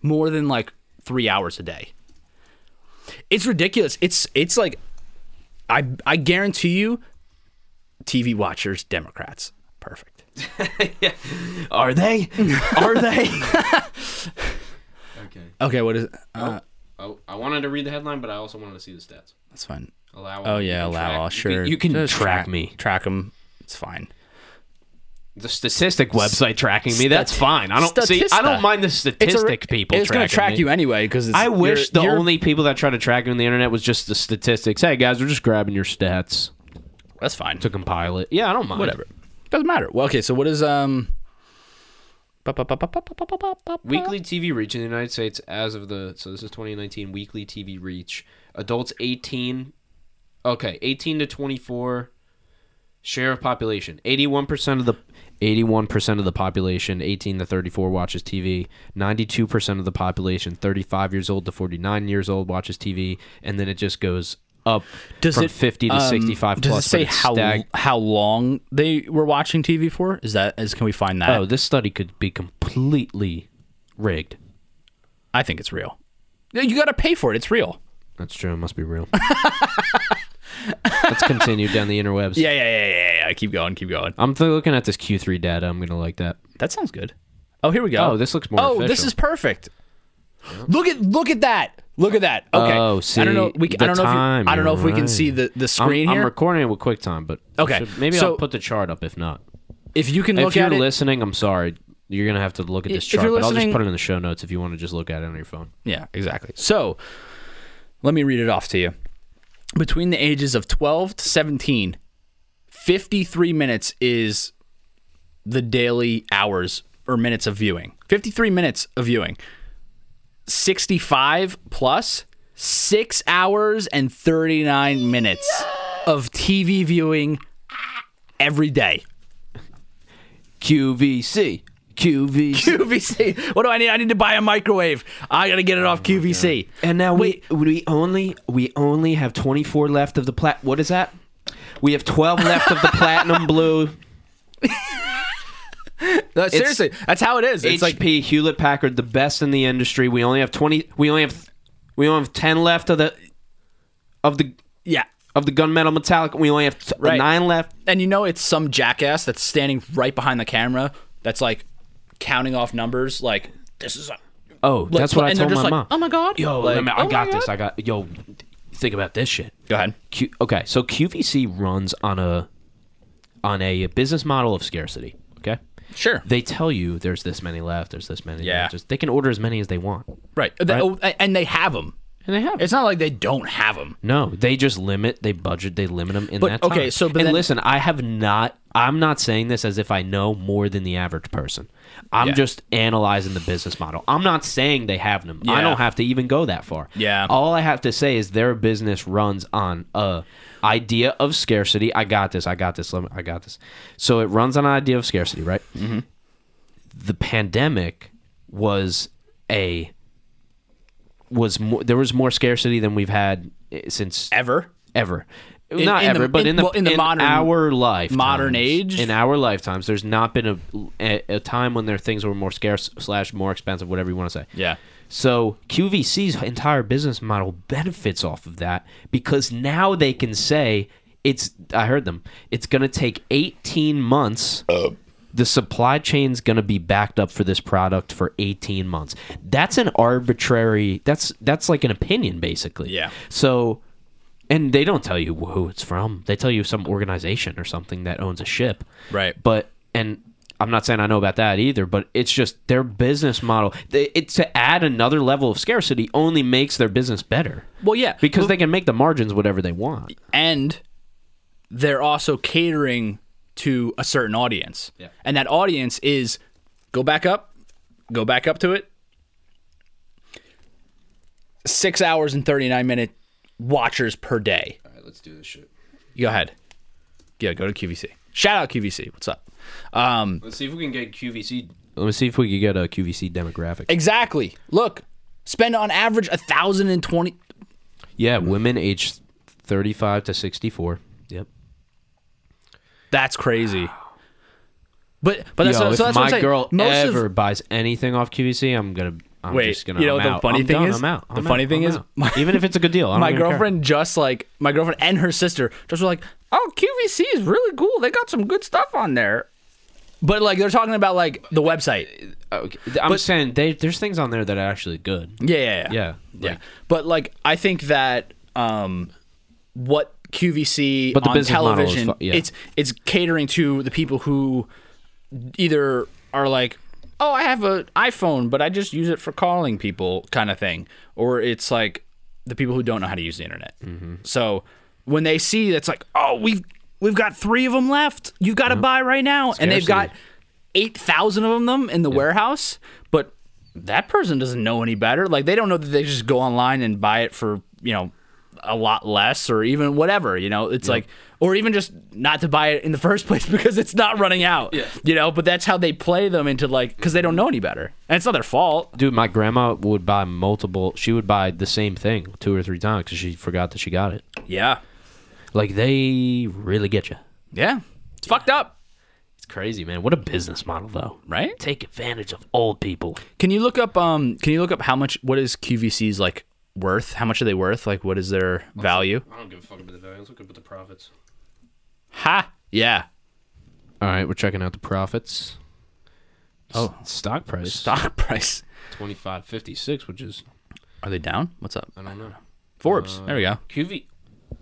Speaker 4: More than like three hours a day. It's ridiculous. It's it's like I I guarantee you, TV watchers, Democrats, perfect.
Speaker 1: Are they? Are they? okay.
Speaker 4: Okay, what is it? Uh,
Speaker 1: Oh, I wanted to read the headline, but I also wanted to see the stats.
Speaker 4: that's fine.
Speaker 1: Allow.
Speaker 4: Oh yeah, allow all sure.
Speaker 1: You can,
Speaker 4: Just
Speaker 1: track me.
Speaker 4: Track them. It's fine.
Speaker 1: The statistic website tracking me. That's
Speaker 4: Stati-
Speaker 1: fine. I don't see. I
Speaker 4: Statista.
Speaker 1: don't mind the
Speaker 4: It's a-
Speaker 1: statistic people.
Speaker 4: It's gonna
Speaker 1: tracking
Speaker 4: track
Speaker 1: me.
Speaker 4: you anyway because
Speaker 1: I wish the only people that try to track you on the internet was just the statistics. Hey guys, we're just grabbing your stats
Speaker 4: that's fine.
Speaker 1: to compile it. Yeah, I don't mind.
Speaker 4: whatever. Doesn't matter. Well, okay. So what is um? bop, bop, bop, bop, bop, bop, bop, bop, bop.
Speaker 1: Weekly TV reach in the United States as of the so this is 2019 weekly TV reach. Adults 18 okay, 18 to 24 share of population. 81% of the 81% of the population 18 to 34 watches TV. 92% of the population 35 years old to 49 years old watches TV and then it just goes up
Speaker 4: Does
Speaker 1: from
Speaker 4: it
Speaker 1: 50 to
Speaker 4: um,
Speaker 1: 65
Speaker 4: Does
Speaker 1: plus.
Speaker 4: it
Speaker 1: but
Speaker 4: say
Speaker 1: it's
Speaker 4: how
Speaker 1: stag-
Speaker 4: how long they were watching TV for? Is that is can we find that?
Speaker 1: Oh, this study could be completely rigged.
Speaker 4: I think it's real. Yeah, You got to pay for it. It's real.
Speaker 1: That's true. It must be real. Let's continue down the interwebs.
Speaker 4: Yeah, yeah, yeah, yeah, yeah. Keep going. Keep going.
Speaker 1: I'm th- looking at this Q3 data. I'm gonna like that.
Speaker 4: That sounds good. Oh, here we go.
Speaker 1: Oh, this looks more
Speaker 4: Oh, this
Speaker 1: official.
Speaker 4: is perfect. Look at look at that. Look at that. Okay.
Speaker 1: Oh,
Speaker 4: I don't know.
Speaker 1: see,
Speaker 4: We, c- I
Speaker 1: the
Speaker 4: don't know if
Speaker 1: time,
Speaker 4: you, I don't know if we
Speaker 1: you're
Speaker 4: can see
Speaker 1: right.
Speaker 4: the the
Speaker 1: I'm,
Speaker 4: screen
Speaker 1: I'm
Speaker 4: here.
Speaker 1: recording it with QuickTime, but
Speaker 4: Okay,
Speaker 1: should- maybe
Speaker 4: so-
Speaker 1: I'll put the chart up. If not,
Speaker 4: if you can look
Speaker 1: if you're
Speaker 4: at it,
Speaker 1: listening, I'm sorry. You're gonna have to look at this
Speaker 4: If
Speaker 1: chart,
Speaker 4: you're
Speaker 1: but I'll just
Speaker 4: listening-
Speaker 1: put it in the show notes if you want to just look at it on your phone.
Speaker 4: Yeah, exactly. So let me read it off to you. Between the ages of 12 to 17, 53 minutes is the daily hours or minutes of viewing. 53 minutes of viewing. 65 plus 6 hours and 39 minutes of TV viewing every day.
Speaker 1: QVC. QVC.
Speaker 4: QVC. What do I need? I need to buy a microwave. I got to get it off QVC.
Speaker 1: And now
Speaker 4: Wait.
Speaker 1: we we only we only have 24 left of the plat. What is that? We have 12 left of the platinum blue.
Speaker 4: No, seriously, that's how it is. It's
Speaker 1: HP
Speaker 4: like
Speaker 1: Hewlett Packard, the best in the industry. We only have 20. We only have we only have 10 left of the of the
Speaker 4: yeah.
Speaker 1: of the gunmetal metallic. We only have t-
Speaker 4: Right.
Speaker 1: nine left.
Speaker 4: And you know it's some jackass that's standing right behind the camera that's like counting off numbers like this is a
Speaker 1: Oh, that's what I
Speaker 4: and they're
Speaker 1: told my
Speaker 4: just like,
Speaker 1: mom.
Speaker 4: Oh my god.
Speaker 1: Yo,
Speaker 4: Like,
Speaker 1: let me- I
Speaker 4: "Oh my
Speaker 1: got
Speaker 4: God."
Speaker 1: this. I got yo. Think about this shit.
Speaker 4: Go ahead.
Speaker 1: Q, okay, so QVC runs on a on a business model of scarcity. Okay,
Speaker 4: Sure.
Speaker 1: they tell you there's this many left, there's this many.
Speaker 4: Yeah.
Speaker 1: left, just- they can order as many as they want,
Speaker 4: right. They- oh, a- and they have them.
Speaker 1: and they have.
Speaker 4: It's not like they don't have them.
Speaker 1: no, they just limit. They budget. They limit them in
Speaker 4: But,
Speaker 1: that time.
Speaker 4: okay, so- but
Speaker 1: and
Speaker 4: then-
Speaker 1: listen, I have not. I'm not saying this as if I know more than the average person. I'm
Speaker 4: Yeah.
Speaker 1: just analyzing the business model. I'm not saying they have them. I
Speaker 4: Yeah.
Speaker 1: don't have to even go that far.
Speaker 4: Yeah.
Speaker 1: All I have to say is their business runs on a idea of scarcity. I got this. I got this. let me- I got this. So it runs on an idea of scarcity, right? The pandemic was a was more, there was more scarcity than we've had eh, since
Speaker 4: Ever.
Speaker 1: ever.
Speaker 4: In-
Speaker 1: not
Speaker 4: in the-
Speaker 1: ever, but
Speaker 4: in-
Speaker 1: in, the
Speaker 4: well, in the modern-
Speaker 1: our life,
Speaker 4: modern age?
Speaker 1: in our lifetimes, there's not been a, a, a time when there things were more scarce slash more expensive, whatever you want to say.
Speaker 4: Yeah.
Speaker 1: So QVC's entire business model benefits off of that because now they can say it's. I heard them. It's going to take 18 months. The supply chain's going to be backed up for this product for 18 months. That's an arbitrary. That's that's like an opinion basically.
Speaker 4: Yeah.
Speaker 1: So, and they don't tell you who it's from. They tell you some organization or something that owns a ship.
Speaker 4: Right.
Speaker 1: But and I'm not saying I know about that either, but it's just their business model. They, it to add another level of scarcity only makes their business better.
Speaker 4: Well, yeah.
Speaker 1: because they can make the margins whatever they want.
Speaker 4: and they're also catering to a certain audience.
Speaker 1: Yeah.
Speaker 4: And that audience is go back up, go back up to it. Six hours and 39 minute watchers per day. All right, let's do this shit. Go ahead. Yeah, go to QVC. Shout out QVC. What's up? Um,
Speaker 1: Let's see if we can get QVC. Let me see if we can get a QVC demographic.
Speaker 4: exactly. Look, spend on average a 1,020.
Speaker 1: Yeah, women aged 35 to 64. Yep.
Speaker 4: That's crazy. But, but that's,
Speaker 1: Yo,
Speaker 4: so,
Speaker 1: if
Speaker 4: so that's what
Speaker 1: my
Speaker 4: I'm saying.
Speaker 1: girl
Speaker 4: Most of-
Speaker 1: ever buys anything off QVC, I'm gonna. I'm
Speaker 4: Wait,
Speaker 1: just gonna.
Speaker 4: you know what
Speaker 1: I'm
Speaker 4: the
Speaker 1: out.
Speaker 4: funny
Speaker 1: I'm
Speaker 4: thing
Speaker 1: done.
Speaker 4: is?
Speaker 1: I'm out.
Speaker 4: The
Speaker 1: I'm
Speaker 4: funny
Speaker 1: out.
Speaker 4: thing
Speaker 1: I'm
Speaker 4: is-
Speaker 1: out. even if it's a good deal, I don't
Speaker 4: my
Speaker 1: even care.
Speaker 4: girlfriend just like my girlfriend and her sister just were like, "Oh, QVC is really cool. They got some good stuff on there." But like they're talking about like the website.
Speaker 1: Okay. I'm saying they, there's things on there that are actually good.
Speaker 4: Yeah, yeah, yeah.
Speaker 1: Yeah,
Speaker 4: Yeah.
Speaker 1: like-
Speaker 4: But like I think that um what QVC
Speaker 1: But the
Speaker 4: on
Speaker 1: business model is
Speaker 4: television
Speaker 1: fu- yeah.
Speaker 4: it's it's catering to the people who either are like, "Oh, I have an iPhone, but I just use it for calling people," kind of thing, or it's like the people who don't know how to use the internet.
Speaker 1: Mm-hmm.
Speaker 4: So when they see that's like, "Oh, we've we've got three of them left. You've got to buy right now," and they've got
Speaker 1: Mm-hmm. Scarcity.
Speaker 4: eight thousand of them in the warehouse, but that person doesn't know any better. Like they don't know that they just go online and buy it for you know a lot less or even whatever you know it's like or even just not to buy it in the first place because it's not running out yeah. you know but that's how they play them into like because they don't know any better and it's not their fault
Speaker 1: Dude, my grandma would buy multiple. She would buy the same thing two or three times because she forgot that she got it.
Speaker 4: yeah
Speaker 1: Like they really get you.
Speaker 4: yeah it's fucked up
Speaker 1: It's crazy, man. What a business model, though.
Speaker 4: right
Speaker 1: Take advantage of old people.
Speaker 4: can you look up um can you look up how much what is qvc's like worth how much are they worth like what is their value
Speaker 1: I don't give a fuck about the values. Look at the profits.
Speaker 4: ha yeah
Speaker 1: All right, we're checking out the profits. Oh, stock price
Speaker 4: stock price
Speaker 1: twenty five fifty six, which is
Speaker 4: are they down what's up
Speaker 1: I don't know.
Speaker 4: forbes there we go
Speaker 1: QV,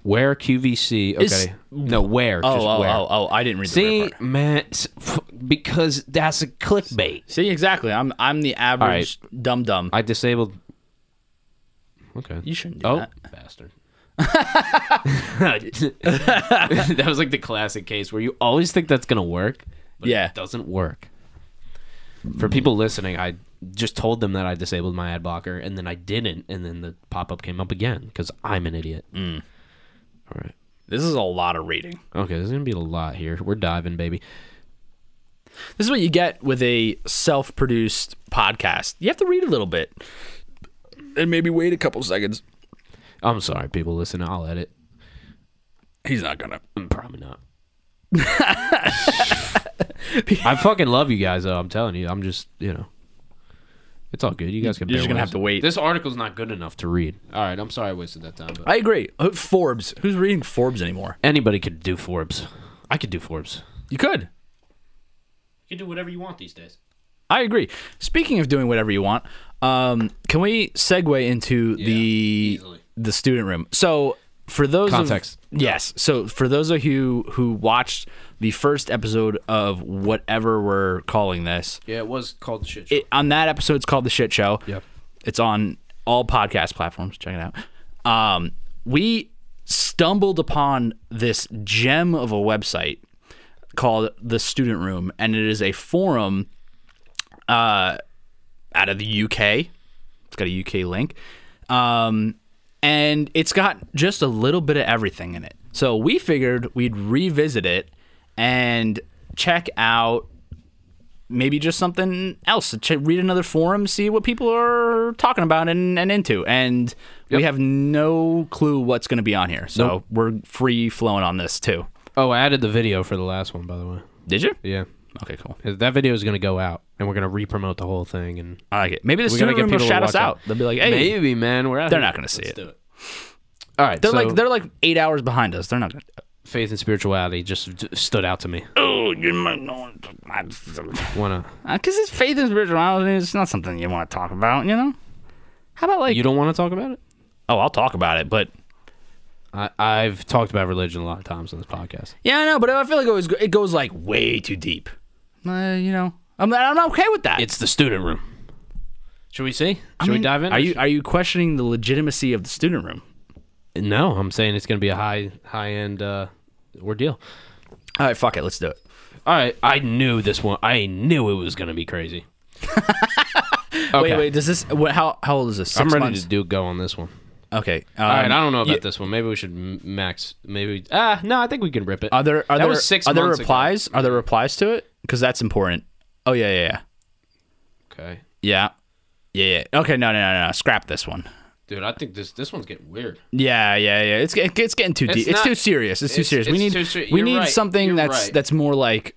Speaker 1: where QVC? Okay,
Speaker 4: Is-
Speaker 1: no, where?
Speaker 4: oh
Speaker 1: just
Speaker 4: oh,
Speaker 1: where.
Speaker 4: oh oh i didn't read the
Speaker 1: See,
Speaker 4: report.
Speaker 1: man, s- f- because that's a clickbait.
Speaker 4: see exactly i'm i'm the average dum dum
Speaker 1: I disabled. Okay.
Speaker 4: you shouldn't do
Speaker 1: oh,
Speaker 4: that
Speaker 1: bastard. that was like the classic case where you always think that's gonna work, but
Speaker 4: Yeah.
Speaker 1: it doesn't work. For people listening, I just told them that I disabled my ad blocker, and then I didn't, and then the pop up came up again because I'm an idiot. All right.
Speaker 4: This is a lot of reading.
Speaker 1: Okay, there's gonna be a lot here. We're diving, baby.
Speaker 4: This is what you get with a self produced podcast. You have to read a little bit and maybe wait a couple seconds.
Speaker 1: I'm sorry, people listening. I'll edit.
Speaker 4: He's not gonna.
Speaker 1: Mm, Probably not. I fucking love you guys, though. I'm telling you. I'm just, you know, it's all good. You guys can.
Speaker 4: You're
Speaker 1: bear
Speaker 4: just gonna
Speaker 1: with
Speaker 4: have
Speaker 1: us.
Speaker 4: to wait.
Speaker 1: This article's not good enough to read. All right, I'm sorry I wasted that time. But
Speaker 4: I agree. Uh, Forbes. Who's reading Forbes anymore?
Speaker 1: anybody could do Forbes. I could do Forbes.
Speaker 4: You could.
Speaker 1: You can do whatever you want these days.
Speaker 4: I agree. Speaking of doing whatever you want, um, can we segue into the the student room? So for those of-
Speaker 1: Context.
Speaker 4: yes. So for those of you who watched the first episode of whatever we're calling this,
Speaker 1: Yeah, it was called the shit. Show.
Speaker 4: it, on that episode, it's called the Shit Show.
Speaker 1: Yep.
Speaker 4: It's on all podcast platforms. Check it out. Um, we stumbled upon this gem of a website called the Student Room, and it is a forum uh, out of the UK. It's got a UK link. Um, and it's got just a little bit of everything in it. So we figured we'd revisit it and check out maybe just something else. Ch- read another forum, see what people are talking about and, and into. And we have no clue what's going to be on here. So
Speaker 1: Nope.
Speaker 4: we're free flowing on this too.
Speaker 1: oh, I added the video for the last one, by the way.
Speaker 4: Did you?
Speaker 1: Yeah,
Speaker 4: Okay, cool.
Speaker 1: that video is gonna go out, and we're gonna re-promote the whole thing, and
Speaker 4: I like it. Maybe the
Speaker 1: we're gonna
Speaker 4: student
Speaker 1: get
Speaker 4: room will
Speaker 1: people to
Speaker 4: shout us
Speaker 1: watch
Speaker 4: out.
Speaker 1: it.
Speaker 4: They'll be like, hey,
Speaker 1: maybe, man, we're out
Speaker 4: they're
Speaker 1: here.
Speaker 4: not gonna see
Speaker 1: Let's
Speaker 4: it.
Speaker 1: Do it. All right,
Speaker 4: they're
Speaker 1: so
Speaker 4: like they're like eight hours behind us. They're not going. to
Speaker 1: faith and spirituality just d- stood out to me.
Speaker 4: Oh, you might know.
Speaker 1: Wanna
Speaker 4: Because Uh, it's faith and spirituality. It's not something you want to talk about, you know? How about like.
Speaker 1: you don't want to talk about it?
Speaker 4: oh, I'll talk about it, but.
Speaker 1: I, I've talked about religion a lot of times on this podcast.
Speaker 4: Yeah, I know, but I feel like it, was, it goes like way too deep. Uh, you know? I'm, I'm not okay with that.
Speaker 1: It's the student room. Should we see? Should we dive in?
Speaker 4: Are you, are you questioning the legitimacy of the student room?
Speaker 1: No, I'm saying it's going to be a high high end uh, ordeal.
Speaker 4: All right, fuck it. Let's do it.
Speaker 1: All right, I knew this one. I knew it was going to be crazy. okay.
Speaker 4: Wait, wait. Does this. What, how, how old is this? Six
Speaker 1: I'm ready
Speaker 4: months?
Speaker 1: to do go on this one.
Speaker 4: Okay.
Speaker 1: All right,
Speaker 4: um,
Speaker 1: I don't know about
Speaker 4: you-
Speaker 1: this one. Maybe we should m- max. Maybe ah, no, I think we can rip it.
Speaker 4: Are there are
Speaker 1: that
Speaker 4: there
Speaker 1: was six
Speaker 4: are there
Speaker 1: months ago.
Speaker 4: replies? Are there replies to it? Because that's important. Oh yeah yeah
Speaker 1: Okay,
Speaker 4: yeah yeah yeah. yeah. Okay no no no no. Scrap this one.
Speaker 1: dude, I think this this one's getting weird.
Speaker 4: Yeah yeah yeah. It's get- it's getting too deep. It's,
Speaker 1: not-
Speaker 4: too serious. It's, too
Speaker 1: it's-
Speaker 4: serious. we
Speaker 1: it's
Speaker 4: need
Speaker 1: too ser-
Speaker 4: we
Speaker 1: you're
Speaker 4: need
Speaker 1: right.
Speaker 4: something
Speaker 1: You're
Speaker 4: that's
Speaker 1: right.
Speaker 4: that's more like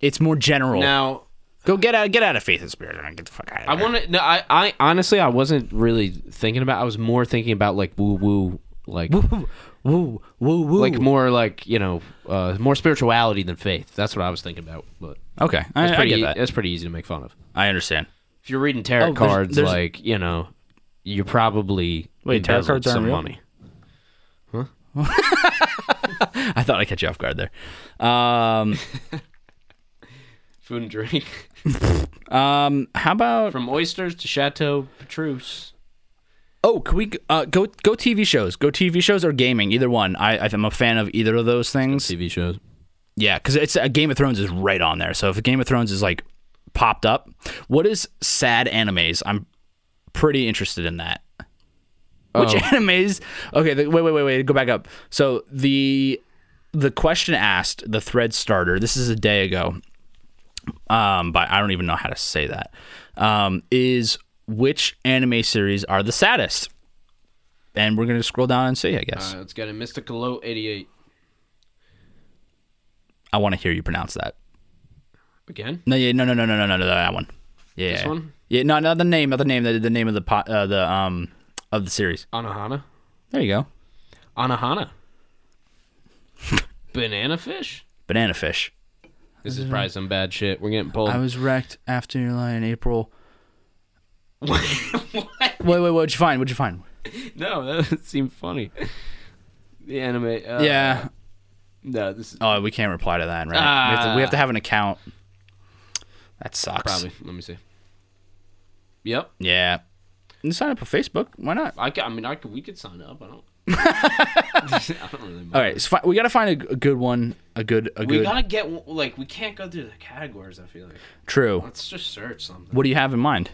Speaker 4: it's more general.
Speaker 1: Now
Speaker 4: Go get out get out of faith and spirit and get the fuck out of
Speaker 1: I
Speaker 4: there.
Speaker 1: want to. No, I, I honestly, I wasn't really thinking about. I was more thinking about like woo woo, like
Speaker 4: woo woo woo.
Speaker 1: like more like you know, uh, more spirituality than faith. That's what I was thinking about. But
Speaker 4: okay, I,
Speaker 1: that's
Speaker 4: I
Speaker 1: pretty, e,
Speaker 4: get that.
Speaker 1: That's pretty easy to make fun of.
Speaker 4: I understand.
Speaker 1: If you're reading tarot
Speaker 4: Oh, there's-
Speaker 1: cards,
Speaker 4: there's-
Speaker 1: like you know, you're probably
Speaker 4: Wait, tarot
Speaker 1: embezzled
Speaker 4: cards aren't
Speaker 1: some
Speaker 4: real?
Speaker 1: money.
Speaker 4: I thought I catch you off guard there. Um
Speaker 1: Food and drink,
Speaker 4: um how about
Speaker 1: from oysters to Chateau Petrus.
Speaker 4: Oh, can we uh, go go TV shows? Go TV shows or gaming? Either one. I I'm a fan of either of those things.
Speaker 1: TV shows.
Speaker 4: Yeah, because it's uh, Game of Thrones is right on there. So if Game of Thrones is like popped up, what is sad animes? I'm pretty interested in that. Which animes? Okay, the, wait, wait, wait, wait. Go back up. So the the question asked the thread starter. This is a day ago. Um, but I don't even know how to say that. Um, is which anime series are the saddest? And we're gonna scroll down and see. I guess
Speaker 1: Uh, let's get a Mystical Low 88
Speaker 4: I want to hear you pronounce that.
Speaker 1: again.
Speaker 4: No, yeah, no, no, no, no, no, no, no, that one. Yeah.
Speaker 1: This one?
Speaker 4: Yeah, no, not the name, not the name, the, the name of the po- uh, the um of the series.
Speaker 1: Anahana.
Speaker 4: There you go.
Speaker 1: Anahana. Banana fish.
Speaker 4: Banana fish.
Speaker 1: This is probably some bad shit. We're getting pulled.
Speaker 4: was wrecked after your lie in April. Wait, wait, what'd you find? What'd you find?
Speaker 1: no, that doesn't seem funny. The anime. Uh,
Speaker 4: yeah.
Speaker 1: No, this is
Speaker 4: Oh, we can't reply to that, right? we, have to, we have to have an account. That sucks.
Speaker 1: Ah. probably. Let me see. Yep.
Speaker 4: Yeah. And sign up for Facebook. Why not?
Speaker 1: I, ca- I mean, I could, we could sign up. I don't.
Speaker 4: All right, so fi- we got to find a, g- a good one, a good, a
Speaker 1: We
Speaker 4: good.
Speaker 1: gotta get like we can't go through the categories. I feel like
Speaker 4: True.
Speaker 1: let's just search something.
Speaker 4: What do you have in mind?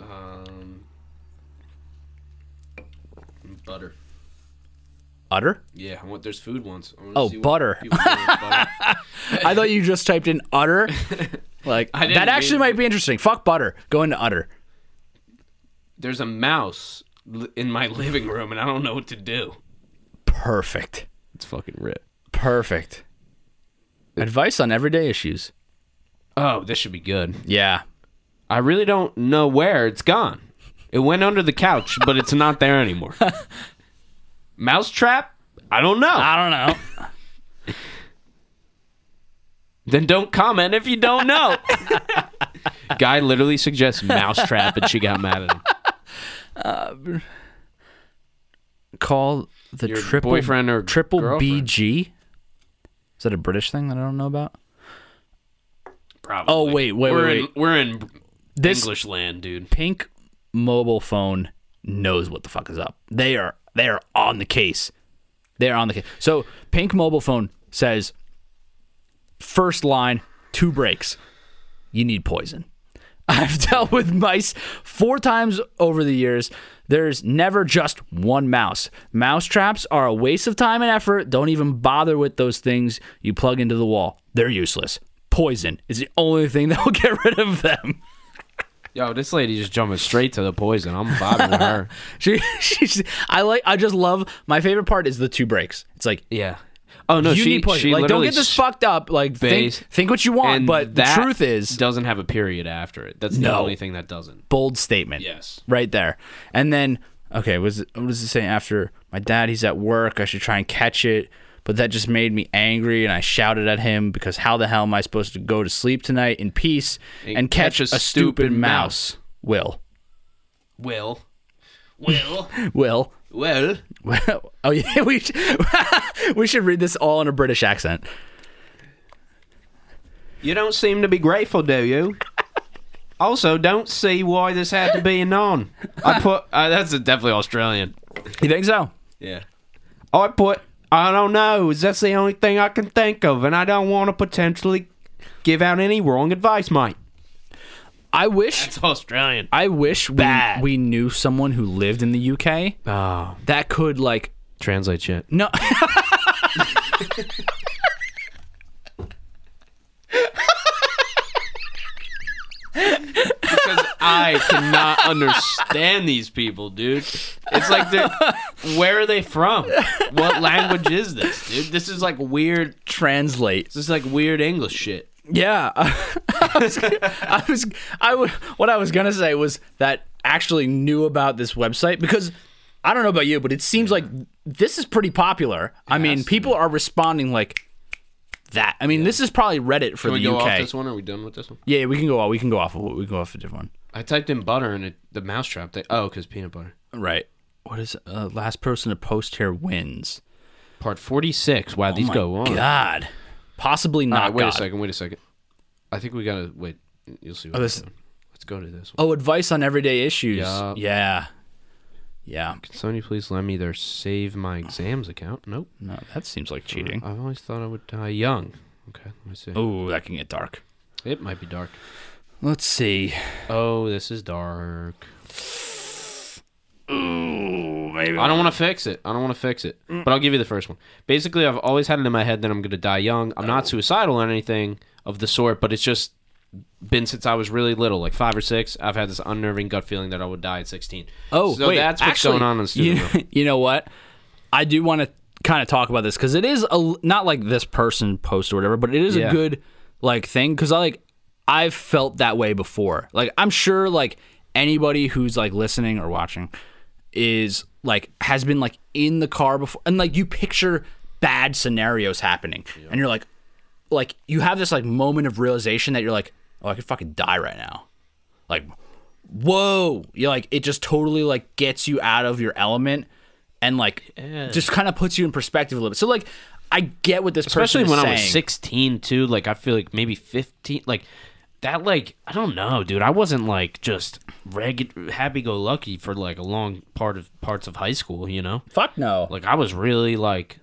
Speaker 1: Um, butter.
Speaker 4: Utter.
Speaker 1: Yeah, I want there's food ones. I wanna
Speaker 4: Oh,
Speaker 1: see what
Speaker 4: butter.
Speaker 1: people do with butter.
Speaker 4: I thought you just typed in utter. Like
Speaker 1: I didn't
Speaker 4: that actually
Speaker 1: mean-
Speaker 4: might be interesting. Fuck butter. Go into utter.
Speaker 1: There's a mouse li- in my living room, and I don't know what to do.
Speaker 4: Perfect.
Speaker 1: It's fucking rip.
Speaker 4: Perfect. Advice on everyday issues.
Speaker 1: Oh, this should be good.
Speaker 4: Yeah.
Speaker 1: I really don't know where it's gone. It went under the couch, but it's not there anymore. Mousetrap? I don't know.
Speaker 4: I don't know.
Speaker 1: then don't comment if you don't know. Guy literally suggests mousetrap, and she got mad at him.
Speaker 4: Call the
Speaker 1: Your
Speaker 4: triple
Speaker 1: boyfriend or
Speaker 4: triple
Speaker 1: girlfriend.
Speaker 4: BG. Is that a British thing that I don't know about?
Speaker 1: Probably.
Speaker 4: Oh, wait, wait,
Speaker 1: we're
Speaker 4: wait,
Speaker 1: In,
Speaker 4: wait.
Speaker 1: we're in
Speaker 4: This-
Speaker 1: English land, dude.
Speaker 4: Pink mobile phone knows what the fuck is up. They are they are on the case. They're on the case. So Pink mobile phone says first line, two breaks. You need poison. I've dealt with mice four times over the years. There's never just one mouse. Mouse traps are a waste of time and effort. Don't even bother with those things you plug into the wall. They're useless. Poison is the only thing that will get rid of them.
Speaker 1: Yo, this lady just jumping straight to the poison. I'm vibing with her.
Speaker 4: She, she, she- I like. I just love. My favorite part is the two breaks. It's like
Speaker 1: Yeah. Oh no,
Speaker 4: you
Speaker 1: she,
Speaker 4: need poison.
Speaker 1: she
Speaker 4: like, don't
Speaker 1: literally
Speaker 4: get this
Speaker 1: s-
Speaker 4: fucked up. Like, think,
Speaker 1: Base.
Speaker 4: think what you want,
Speaker 1: and
Speaker 4: but the
Speaker 1: that
Speaker 4: truth is
Speaker 1: doesn't have a period after it. That's the
Speaker 4: No.
Speaker 1: only thing that doesn't.
Speaker 4: bold statement.
Speaker 1: Yes.
Speaker 4: right there. And then, okay, was it- what does it say after? My dad, he's at work. I should try and catch it, but that just made me angry, and I shouted at him because how the hell am I supposed to go to sleep tonight in peace and, catch, a, stupid, mouse? Will,
Speaker 1: Will. Will.
Speaker 4: Will.
Speaker 1: Will.
Speaker 4: Well, oh yeah, we should, we should read this all in a British accent.
Speaker 1: You don't seem to be grateful, do you? Also, don't see why this had to be a non. I put uh, that's a definitely Australian.
Speaker 4: You think so?
Speaker 1: Yeah. I put I don't know. Is that's the only thing I can think of, and I don't want to potentially give out any wrong advice, mate.
Speaker 4: I wish
Speaker 1: It's Australian.
Speaker 4: I wish we,
Speaker 1: Bad.
Speaker 4: we knew someone who lived in the UK
Speaker 1: Oh,
Speaker 4: that could like
Speaker 1: translate shit.
Speaker 4: no.
Speaker 1: because I cannot understand these people, dude. It's like, they're, where are they from? What language is this, dude? This is like weird.
Speaker 4: Translate.
Speaker 1: This is like weird English shit.
Speaker 4: Yeah, I was, I was, I wa- what I was gonna say was that actually knew about this website because I don't know about you, but it seems like this is pretty popular. I mean,
Speaker 1: has to
Speaker 4: people are responding like that. I mean, this is probably Reddit for
Speaker 1: Can we
Speaker 4: the
Speaker 1: go
Speaker 4: UK.
Speaker 1: off this one? Are we done with this one?
Speaker 4: Yeah, we can go off. We can go off. of We can go off a different
Speaker 1: I typed in butter and it, the mousetrap. They, oh, because peanut butter.
Speaker 4: one. Right. What is uh, last person to post here wins?
Speaker 1: Part forty-six. Wow, these
Speaker 4: My
Speaker 1: go on.
Speaker 4: God, possibly
Speaker 1: All
Speaker 4: not.
Speaker 1: right, wait
Speaker 4: God.
Speaker 1: a second. Wait a second. I think we gotta wait. You'll see. What
Speaker 4: this-
Speaker 1: Oh, this... Let's go to this one.
Speaker 4: Oh, advice on everyday issues.
Speaker 1: Yeah.
Speaker 4: Yeah. Yeah.
Speaker 1: Sony, please lend me their Save My Exams account. Nope.
Speaker 4: No, that seems like cheating.
Speaker 1: I've always thought I would die young. Okay, let me see.
Speaker 4: Oh, that can get dark.
Speaker 1: It might be dark.
Speaker 4: Let's see.
Speaker 1: Oh, this is dark.
Speaker 4: Ooh, maybe.
Speaker 1: I don't want to fix it. I don't want to fix it. But I'll give you the first one. Basically, I've always had it in my head that I'm going to die young. I'm
Speaker 4: Oh.
Speaker 1: not suicidal or anything of the sort, but it's just been since I was really little, like five or six. I've had this unnerving gut feeling that I would die at 16.
Speaker 4: Oh,
Speaker 1: so
Speaker 4: wait,
Speaker 1: that's what's
Speaker 4: actually,
Speaker 1: going on in the
Speaker 4: you-
Speaker 1: studio.
Speaker 4: You, know what? I do want to kind of talk about this because it is a not like this person post or whatever, but it is
Speaker 1: Yeah.
Speaker 4: a good like thing because I like I've felt that way before. Like I'm sure like anybody who's like listening or watching is like has been like in the car before and like you picture bad scenarios happening and you're like like you have this like moment of realization that you're like oh I could fucking die right now like whoa you like it just totally like gets you out of your element and like just kind of puts you in perspective a little bit so like i get what this
Speaker 1: Especially
Speaker 4: person
Speaker 1: when
Speaker 4: is
Speaker 1: I was
Speaker 4: saying.
Speaker 1: 16, too. Like, I feel like maybe 15. Like, that like I don't know, dude. I wasn't like just reg happy go lucky for like a long part of parts of high school, you know?
Speaker 4: Fuck no.
Speaker 1: Like I was really like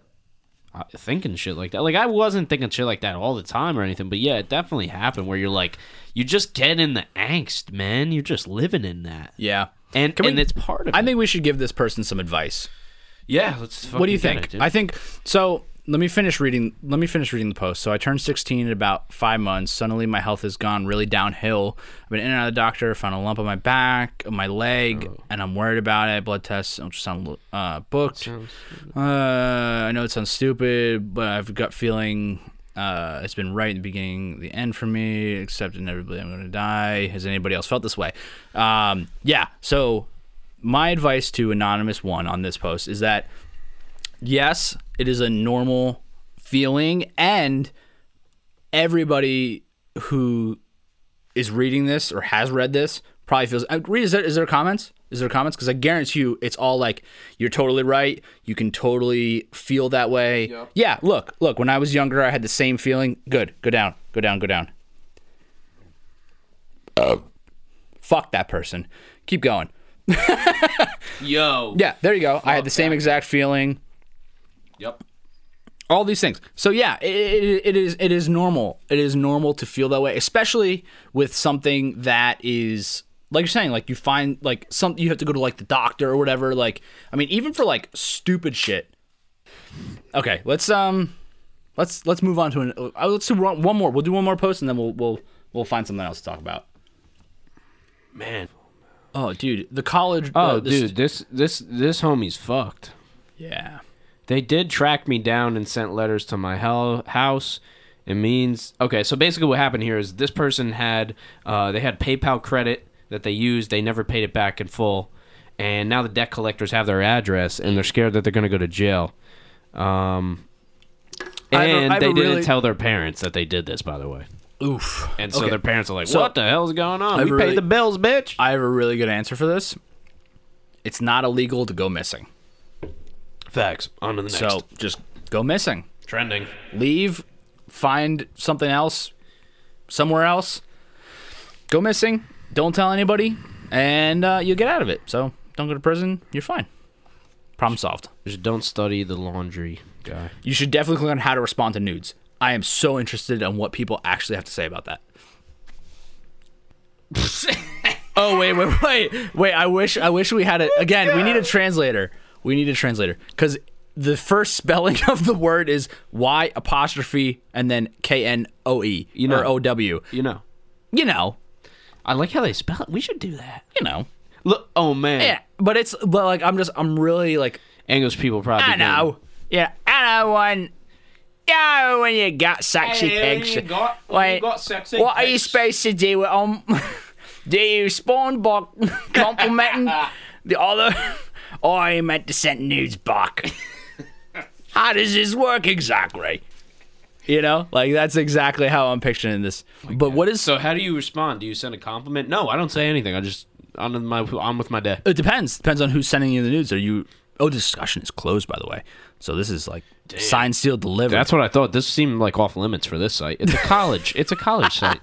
Speaker 1: uh, thinking shit like that. Like I wasn't thinking shit like that all the time or anything, but yeah, it definitely happened where you're like you just get in the angst, man. You're just living in that.
Speaker 4: yeah.
Speaker 1: And
Speaker 4: Can we-
Speaker 1: and it's part of
Speaker 4: I
Speaker 1: it.
Speaker 4: think we should give this person some advice.
Speaker 1: Yeah, let's
Speaker 4: what do you
Speaker 1: fucking get
Speaker 4: think?
Speaker 1: it, dude.
Speaker 4: I think so. Let me finish reading. Let me finish reading the post. So I turned 16 in about five months. Suddenly, my health has gone really downhill. I've been in and out of the doctor. Found a lump on my back, on my leg,
Speaker 1: Oh.
Speaker 4: and I'm worried about it. Blood tests, ultrasound uh, booked. Uh, I know it sounds stupid, but I've got feeling. Uh, it's been right in the beginning, the end for me. Except inevitably, I'm going to die. Has anybody else felt this way? Um, yeah. So, my advice to anonymous one on this post is that yes, it is a normal feeling, and everybody who is reading this or has read this probably feels. uh, Reed, is there is there comments? Is there comments? Because I guarantee you, it's all like you're totally right. You can totally feel that way. Yeah. Look, look. When I was younger, I had the same feeling. Good. Go down. Go down. Go down. Fuck that person. Keep going.
Speaker 1: Yo.
Speaker 4: Yeah, there you go. I had the same exact feeling.
Speaker 1: Yep.
Speaker 4: all these things. So yeah, it, it, it is it is normal. It is normal to feel that way, especially with something that is like you're saying, like you find like some you have to go to like the doctor or whatever. Like I mean, even for like stupid shit. Okay, let's um, let's let's move on to an uh, let's do one one more. We'll do one more post and then we'll we'll we'll find something else to talk about.
Speaker 1: Man.
Speaker 4: Oh, dude, the college.
Speaker 1: Oh,
Speaker 4: uh, the st-
Speaker 1: dude, this this this homie's fucked.
Speaker 4: yeah.
Speaker 1: They did track me down and sent letters to my hell house. It means okay. So basically, what happened here is this person had uh, they had PayPal credit that they used. They never paid it back in full, and now the debt collectors have their address, and they're scared that they're going to go to jail. Um,
Speaker 4: I have a-
Speaker 1: and
Speaker 4: I have
Speaker 1: they
Speaker 4: a
Speaker 1: didn't
Speaker 4: really-
Speaker 1: tell their parents that they did this, by the way.
Speaker 4: Oof.
Speaker 1: And so
Speaker 4: Okay.
Speaker 1: their parents are like,
Speaker 4: So-
Speaker 1: "What the hell's going on?
Speaker 4: have
Speaker 1: We
Speaker 4: a
Speaker 1: paid
Speaker 4: really-
Speaker 1: the bills, bitch."
Speaker 4: I have a really good answer for this. It's not illegal to go missing.
Speaker 1: Facts. On to the next.
Speaker 4: So just go missing.
Speaker 1: trending.
Speaker 4: leave, find something else, somewhere else, go missing, don't tell anybody, and uh, you'll get out of it. So don't go to prison. You're fine. Problem solved.
Speaker 1: Just don't study the laundry guy.
Speaker 4: You should definitely click on how to respond to nudes. I am so interested in what people actually have to say about that. oh wait, wait, wait, wait! I wish, I wish we had it again. We need a translator. We need a translator because the first spelling of the word is Y apostrophe and then K N O E
Speaker 1: know.
Speaker 4: or O W.
Speaker 1: You know.
Speaker 4: You know,
Speaker 1: I like how they spell it. We should do that.
Speaker 4: you know.
Speaker 1: Look, oh man,
Speaker 4: Yeah, but it's but like I'm just I'm really like
Speaker 1: English people probably.
Speaker 4: I know. Yeah, I know when. Yeah, when you got sexy
Speaker 1: Hey,
Speaker 4: pics.
Speaker 1: you got- you
Speaker 4: Wait,
Speaker 1: got sexy
Speaker 4: what are you
Speaker 1: pics.
Speaker 4: supposed to do? Um, do you spawn by complimenting the other? Or are you meant to send nudes back? how does this work exactly? You know, like that's exactly how I'm picturing this. but what is
Speaker 1: Oh So how do you respond? Do you send a compliment? No, I don't say anything. I just on with my on with my day.
Speaker 4: It depends. Depends on who's sending you the nudes. Are you? Oh, discussion is closed, by the way. So this is like signed, sealed, delivered.
Speaker 1: That's what I thought. This seemed like off limits for this site. It's a college. it's a college site.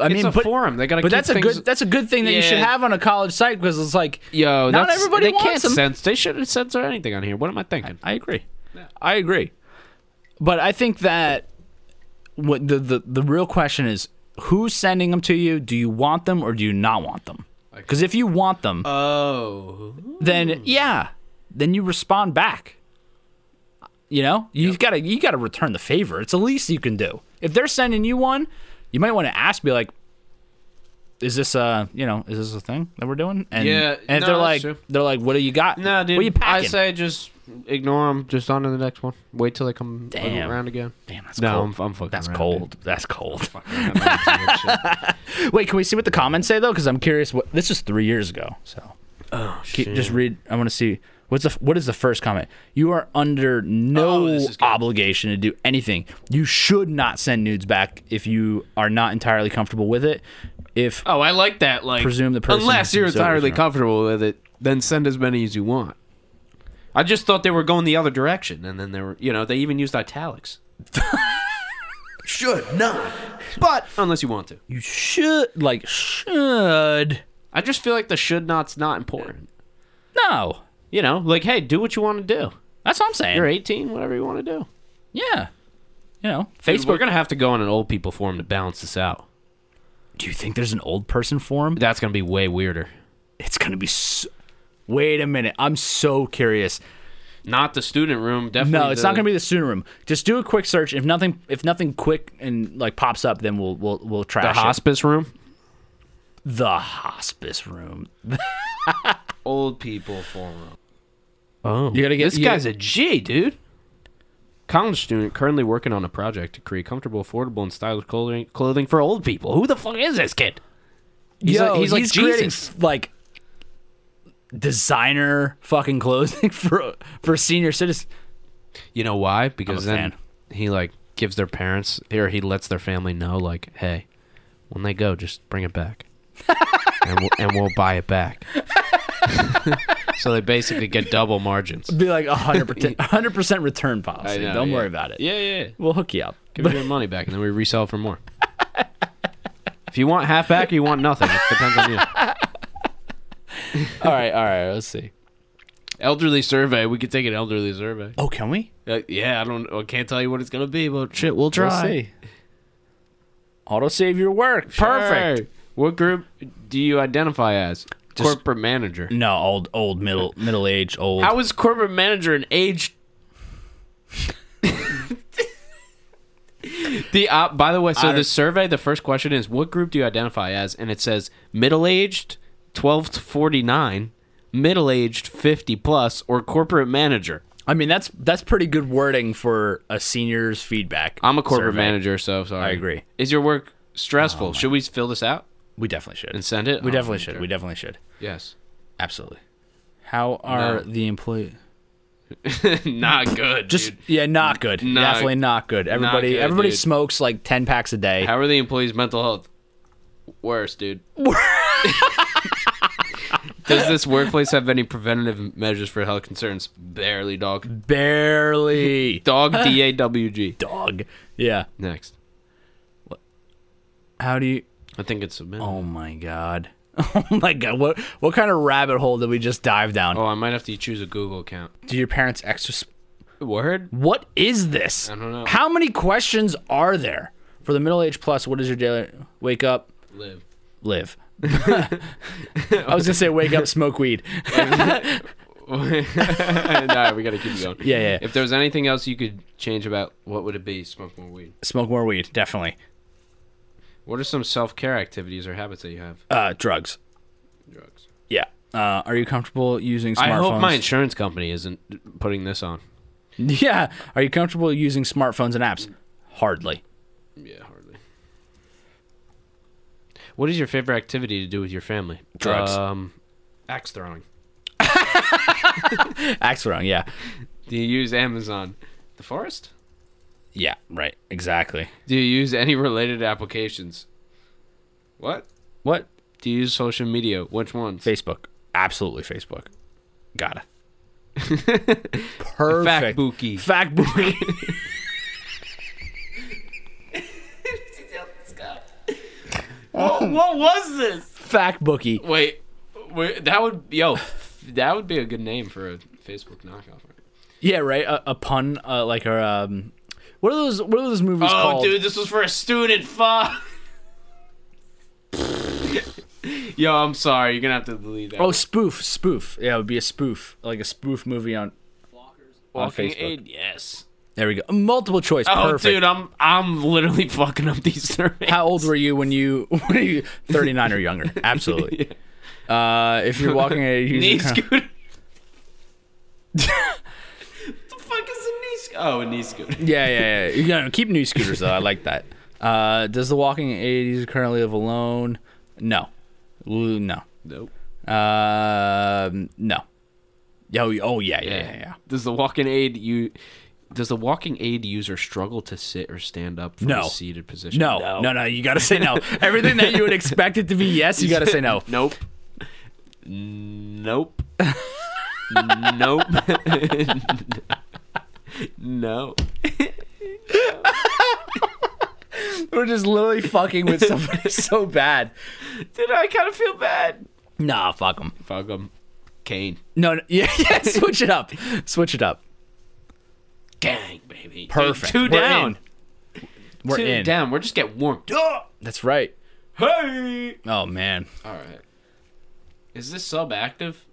Speaker 4: I mean,
Speaker 1: It's a
Speaker 4: but,
Speaker 1: forum. They gotta.
Speaker 4: but
Speaker 1: keep
Speaker 4: that's a
Speaker 1: things-
Speaker 4: good that's a good thing that you should
Speaker 1: Yeah.
Speaker 4: have on a college site because it's like
Speaker 1: Yo,
Speaker 4: not
Speaker 1: that's,
Speaker 4: everybody
Speaker 1: they
Speaker 4: wants
Speaker 1: can't
Speaker 4: them.
Speaker 1: cens- They shouldn't censor anything on here. What am I thinking?
Speaker 4: I agree, I agree. But I think that what the, the the real question is who's sending them to you? Do you want them or do you not want them? Because if you want them,
Speaker 1: Oh,
Speaker 4: then yeah, then you respond back. You know, you've got to you got to return the favor. It's the least you can do. If they're sending you one, you might want to ask, be like, "Is this a you know is this a thing that we're doing?" And
Speaker 1: Yeah,
Speaker 4: and if
Speaker 1: no,
Speaker 4: they're
Speaker 1: that's
Speaker 4: like
Speaker 1: true.
Speaker 4: they're like, "What do you got?
Speaker 1: no, dude.
Speaker 4: what you
Speaker 1: I
Speaker 4: packing?"
Speaker 1: say just ignore them. Just on to the next one. Wait till they come
Speaker 4: Damn.
Speaker 1: around again.
Speaker 4: Damn, that's
Speaker 1: No,
Speaker 4: cold.
Speaker 1: I'm, I'm fucking.
Speaker 4: that's
Speaker 1: around,
Speaker 4: cold. That's cold.
Speaker 1: dude. I'm not doing shit.
Speaker 4: Wait, can we see what the comments say though? Because I'm curious. What this is three years ago. So
Speaker 1: Oh,
Speaker 4: Keep,
Speaker 1: shit.
Speaker 4: just read. I want to see what's the what is the first comment. You are under no
Speaker 1: Oh, this is good.
Speaker 4: obligation to do anything. You should not send nudes back if you are not entirely comfortable with it. If
Speaker 1: Oh, I like that. Like,
Speaker 4: Presume the person
Speaker 1: unless you're
Speaker 4: who's over
Speaker 1: entirely
Speaker 4: there.
Speaker 1: comfortable with it, then send as many as you want. I just thought they were going the other direction, and then they were, you know, they even used italics.
Speaker 3: should not.
Speaker 1: But unless you want to,
Speaker 4: You should like should
Speaker 1: I just feel like the should not's not important.
Speaker 4: no.
Speaker 1: You know, like hey, do what you want to do.
Speaker 4: That's what I'm saying.
Speaker 1: You're 18, whatever you want to do.
Speaker 4: Yeah. You know,
Speaker 1: Facebook, we're
Speaker 4: Facebook.
Speaker 1: gonna have to go on an old people forum to balance this out.
Speaker 4: Do you think there's an old person forum?
Speaker 1: That's gonna be way weirder.
Speaker 4: It's gonna be. So- Wait a minute. I'm so curious.
Speaker 1: Not the student room. Definitely.
Speaker 4: No, it's not gonna be the student room. Just do a quick search. If nothing, if nothing quick and like pops up, then we'll we'll we'll
Speaker 1: the
Speaker 4: trash it.
Speaker 1: hospice room.
Speaker 4: the hospice room.
Speaker 1: Old people forum. Oh,
Speaker 4: You gotta get-
Speaker 1: this
Speaker 4: you
Speaker 1: guy's a G, dude. College student currently working on a project to create comfortable, affordable, and stylish clothing, clothing for old people. Who the fuck is this kid? He's
Speaker 4: Yo,
Speaker 1: like- he's like
Speaker 4: creating,
Speaker 1: Jesus.
Speaker 4: like designer fucking clothing for for senior citizens.
Speaker 1: You know why? Because
Speaker 4: I'm a
Speaker 1: then
Speaker 4: fan.
Speaker 1: he like gives their parents or he lets their family know like, hey, when they go, just bring it back, and, we'll, and we'll buy it back. so they basically get double margins.
Speaker 4: Be like a hundred percent, hundred percent return policy. Don't worry about it.
Speaker 1: Yeah, yeah.
Speaker 4: We'll hook you up.
Speaker 1: Give me your money back, and then we resell for more. if you want half back, or you want nothing. It depends on you.
Speaker 4: all right, all right. Let's see.
Speaker 1: Elderly survey. We could take an elderly survey.
Speaker 4: Oh, can we?
Speaker 1: Uh, yeah, I don't. I can't tell you what it's gonna be, but shit, we'll try.
Speaker 4: Auto save your work. Perfect.
Speaker 1: Perfect. What group do you identify as?
Speaker 4: Just-
Speaker 1: corporate manager.
Speaker 4: No, old, old, middle, middle aged, old.
Speaker 1: How is corporate manager an age? the uh, by the way, so the survey, the first question is, what group do you identify as? And it says middle aged, twelve to forty nine, middle aged, fifty plus, or corporate manager.
Speaker 4: I mean, that's that's pretty good wording for a senior's feedback.
Speaker 1: I'm a corporate
Speaker 4: survey.
Speaker 1: manager, so sorry.
Speaker 4: I agree.
Speaker 1: Is your work stressful? Should we fill this out
Speaker 4: We definitely should.
Speaker 1: and send it?
Speaker 4: we
Speaker 1: Oh,
Speaker 4: definitely
Speaker 1: manager.
Speaker 4: should. We definitely should.
Speaker 1: yes.
Speaker 4: Absolutely. How are
Speaker 1: No.
Speaker 4: the employees?
Speaker 1: Not good.
Speaker 4: Just
Speaker 1: dude.
Speaker 4: yeah, not good.
Speaker 1: Not-
Speaker 4: Definitely not good. Everybody,
Speaker 1: good,
Speaker 4: everybody
Speaker 1: dude.
Speaker 4: smokes like ten packs a day.
Speaker 1: How are the employees' mental health? Worse, dude. Does this workplace have any preventative measures for health concerns? Barely, dog.
Speaker 4: Barely
Speaker 1: Dog D A W G.
Speaker 4: dog. Yeah.
Speaker 1: Next.
Speaker 4: How do you?
Speaker 1: I think it's submitted. Oh.
Speaker 4: Oh my god. Oh my god. What what kind of rabbit hole did we just dive down?
Speaker 1: Oh, I might have to choose a Google account.
Speaker 4: Do your parents exercise?
Speaker 1: Word?
Speaker 4: What is this? I
Speaker 1: don't know.
Speaker 4: How many questions are there for the middle age plus? What is your daily wake up,
Speaker 1: Live.
Speaker 4: live? I was gonna say wake up, smoke weed.
Speaker 1: nah, we gotta keep going.
Speaker 4: Yeah, yeah.
Speaker 1: If there was anything else you could change about, what would it be? Smoke more weed.
Speaker 4: Smoke more weed, definitely.
Speaker 1: What are some self-care activities or habits that you have?
Speaker 4: Uh, drugs.
Speaker 1: Drugs.
Speaker 4: Yeah. Uh, are you comfortable using smartphones?
Speaker 1: I hope my insurance company isn't putting this on.
Speaker 4: Yeah. Are you comfortable using smartphones and apps? Hardly.
Speaker 1: Yeah, hardly. What is your favorite activity to do with your family?
Speaker 4: Drugs.
Speaker 1: Um, axe throwing.
Speaker 4: Axe throwing. Yeah.
Speaker 1: Do you use Amazon? The forest?
Speaker 4: Yeah. Right. Exactly.
Speaker 1: Do you use any related applications? What?
Speaker 4: What?
Speaker 1: Do you use social media? Which ones?
Speaker 4: Facebook. Absolutely Facebook. Gotta. Perfect.
Speaker 1: Fact Bookie.
Speaker 4: Fact bookie.
Speaker 1: Oh, What was this?
Speaker 4: Fact bookie.
Speaker 1: Wait, wait, that would yo, that would be a good name for a Facebook knockoff.
Speaker 4: Yeah. Right. A, a pun. Uh, like a. Um, what are those? What are those movies called?
Speaker 1: Oh, this was for a student. Fuck. yo, I'm sorry. You're gonna have to delete that.
Speaker 4: Oh, spoof. Spoof. Yeah, it would be a spoof. Like a spoof movie on.
Speaker 1: Walking
Speaker 4: Facebook.
Speaker 1: aid, yes.
Speaker 4: There we go. Multiple choice.
Speaker 1: Oh,
Speaker 4: Perfect.
Speaker 1: dude, I'm I'm literally fucking up these surveys.
Speaker 4: How old were you when you when you 39 or younger? Absolutely. Uh, if you're walking a
Speaker 1: knee
Speaker 4: user
Speaker 1: scooter? what the fuck is a knee scooter? Oh, a knee scooter.
Speaker 4: yeah, yeah, yeah. You gotta keep new scooters though. I like that. Uh, does the walking aid user currently live alone? No, Ooh, no,
Speaker 1: Nope.
Speaker 4: Um no. Yo, oh yeah, yeah, yeah, yeah.
Speaker 1: Does the walking aid you? Does the walking aid user struggle to sit or stand up from
Speaker 4: No.
Speaker 1: a seated position?
Speaker 4: No, no, no, You gotta say no. Everything that you would expect it to be yes, you gotta say no.
Speaker 1: Nope. Nope. nope. no.
Speaker 4: We're just literally fucking with somebody so bad.
Speaker 1: Dude, I kind of feel bad.
Speaker 4: Nah, fuck them.
Speaker 1: Fuck him. Kane.
Speaker 4: No, no yeah, yeah, switch it up. Switch it up.
Speaker 1: Gang, baby. Dude,
Speaker 4: Perfect.
Speaker 1: two
Speaker 4: We're
Speaker 1: down.
Speaker 4: in. We're
Speaker 1: two
Speaker 4: in.
Speaker 1: down. We're just getting warmed up.
Speaker 4: That's right.
Speaker 1: Hey.
Speaker 4: Oh man.
Speaker 1: All right. Is this sub active?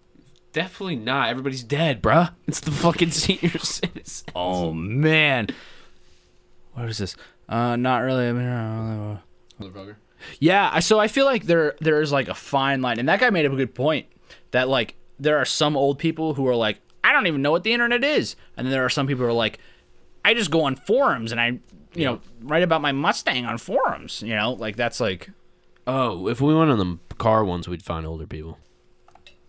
Speaker 1: Definitely not. Everybody's dead, bruh. It's the fucking senior citizen.
Speaker 4: Oh man. What is this? Uh, not really. I mean, I don't know.
Speaker 1: Motherfucker.
Speaker 4: Yeah, I- so I feel like there there is like a fine line, and that guy made up a good point that like there are some old people who are like, I don't even know what the internet is, and then there are some people who are like, I just go on forums and I, you know, write about my Mustang on forums. You know, like that's like
Speaker 1: Oh, if we went on the car ones, we'd find older people.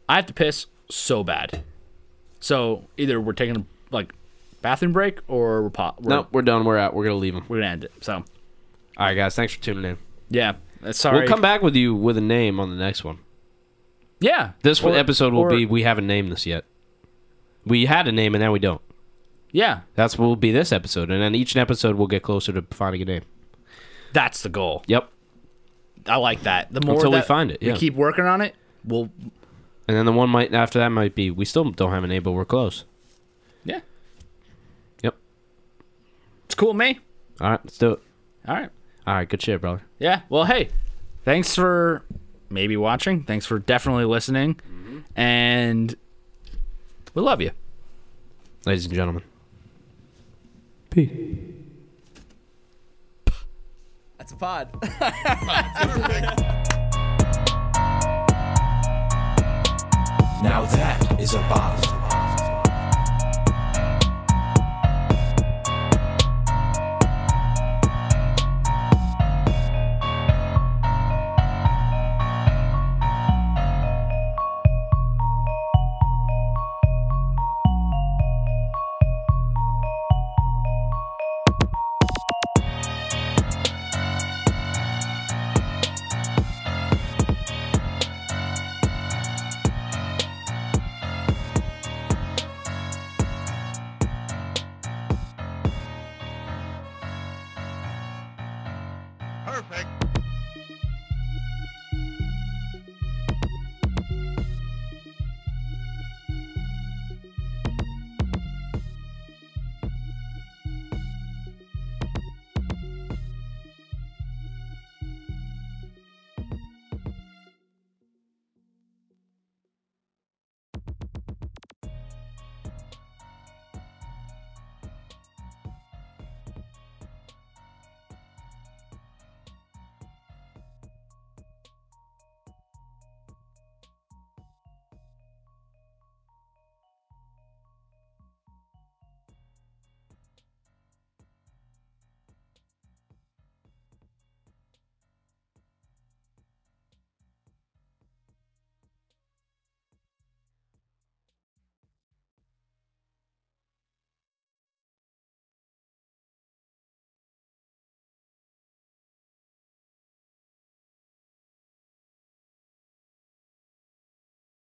Speaker 4: I have to piss so bad, so either we're taking like bathroom break or we're pop. We're,
Speaker 1: No, we're done. We're out. We're gonna leave them.
Speaker 4: we're gonna end it. So
Speaker 1: All right, guys. Thanks for tuning in.
Speaker 4: yeah, that's- sorry.
Speaker 1: We'll come back with you with a name on the next one.
Speaker 4: Yeah,
Speaker 1: This
Speaker 4: Or-
Speaker 1: episode will
Speaker 4: or-
Speaker 1: be we haven't named this yet. We had a name and now we don't.
Speaker 4: yeah.
Speaker 1: That's what will be this episode, and then each episode we'll get closer to finding a name.
Speaker 4: That's the goal.
Speaker 1: Yep.
Speaker 4: I like that. The more
Speaker 1: Until we
Speaker 4: that
Speaker 1: find it, yeah.
Speaker 4: we keep working on it. We'll
Speaker 1: And then the one might after that might be we still don't have a name, but we're close.
Speaker 4: Yeah.
Speaker 1: Yep.
Speaker 4: It's cool, with me.
Speaker 1: All right, let's do it.
Speaker 4: All right.
Speaker 1: All right, good shit, brother.
Speaker 4: Yeah. Well, hey, thanks for maybe watching. Thanks for definitely listening.
Speaker 1: Mm-hmm.
Speaker 4: And we love you.
Speaker 1: Ladies and gentlemen.
Speaker 4: That's a pod.
Speaker 3: Now that is a boss.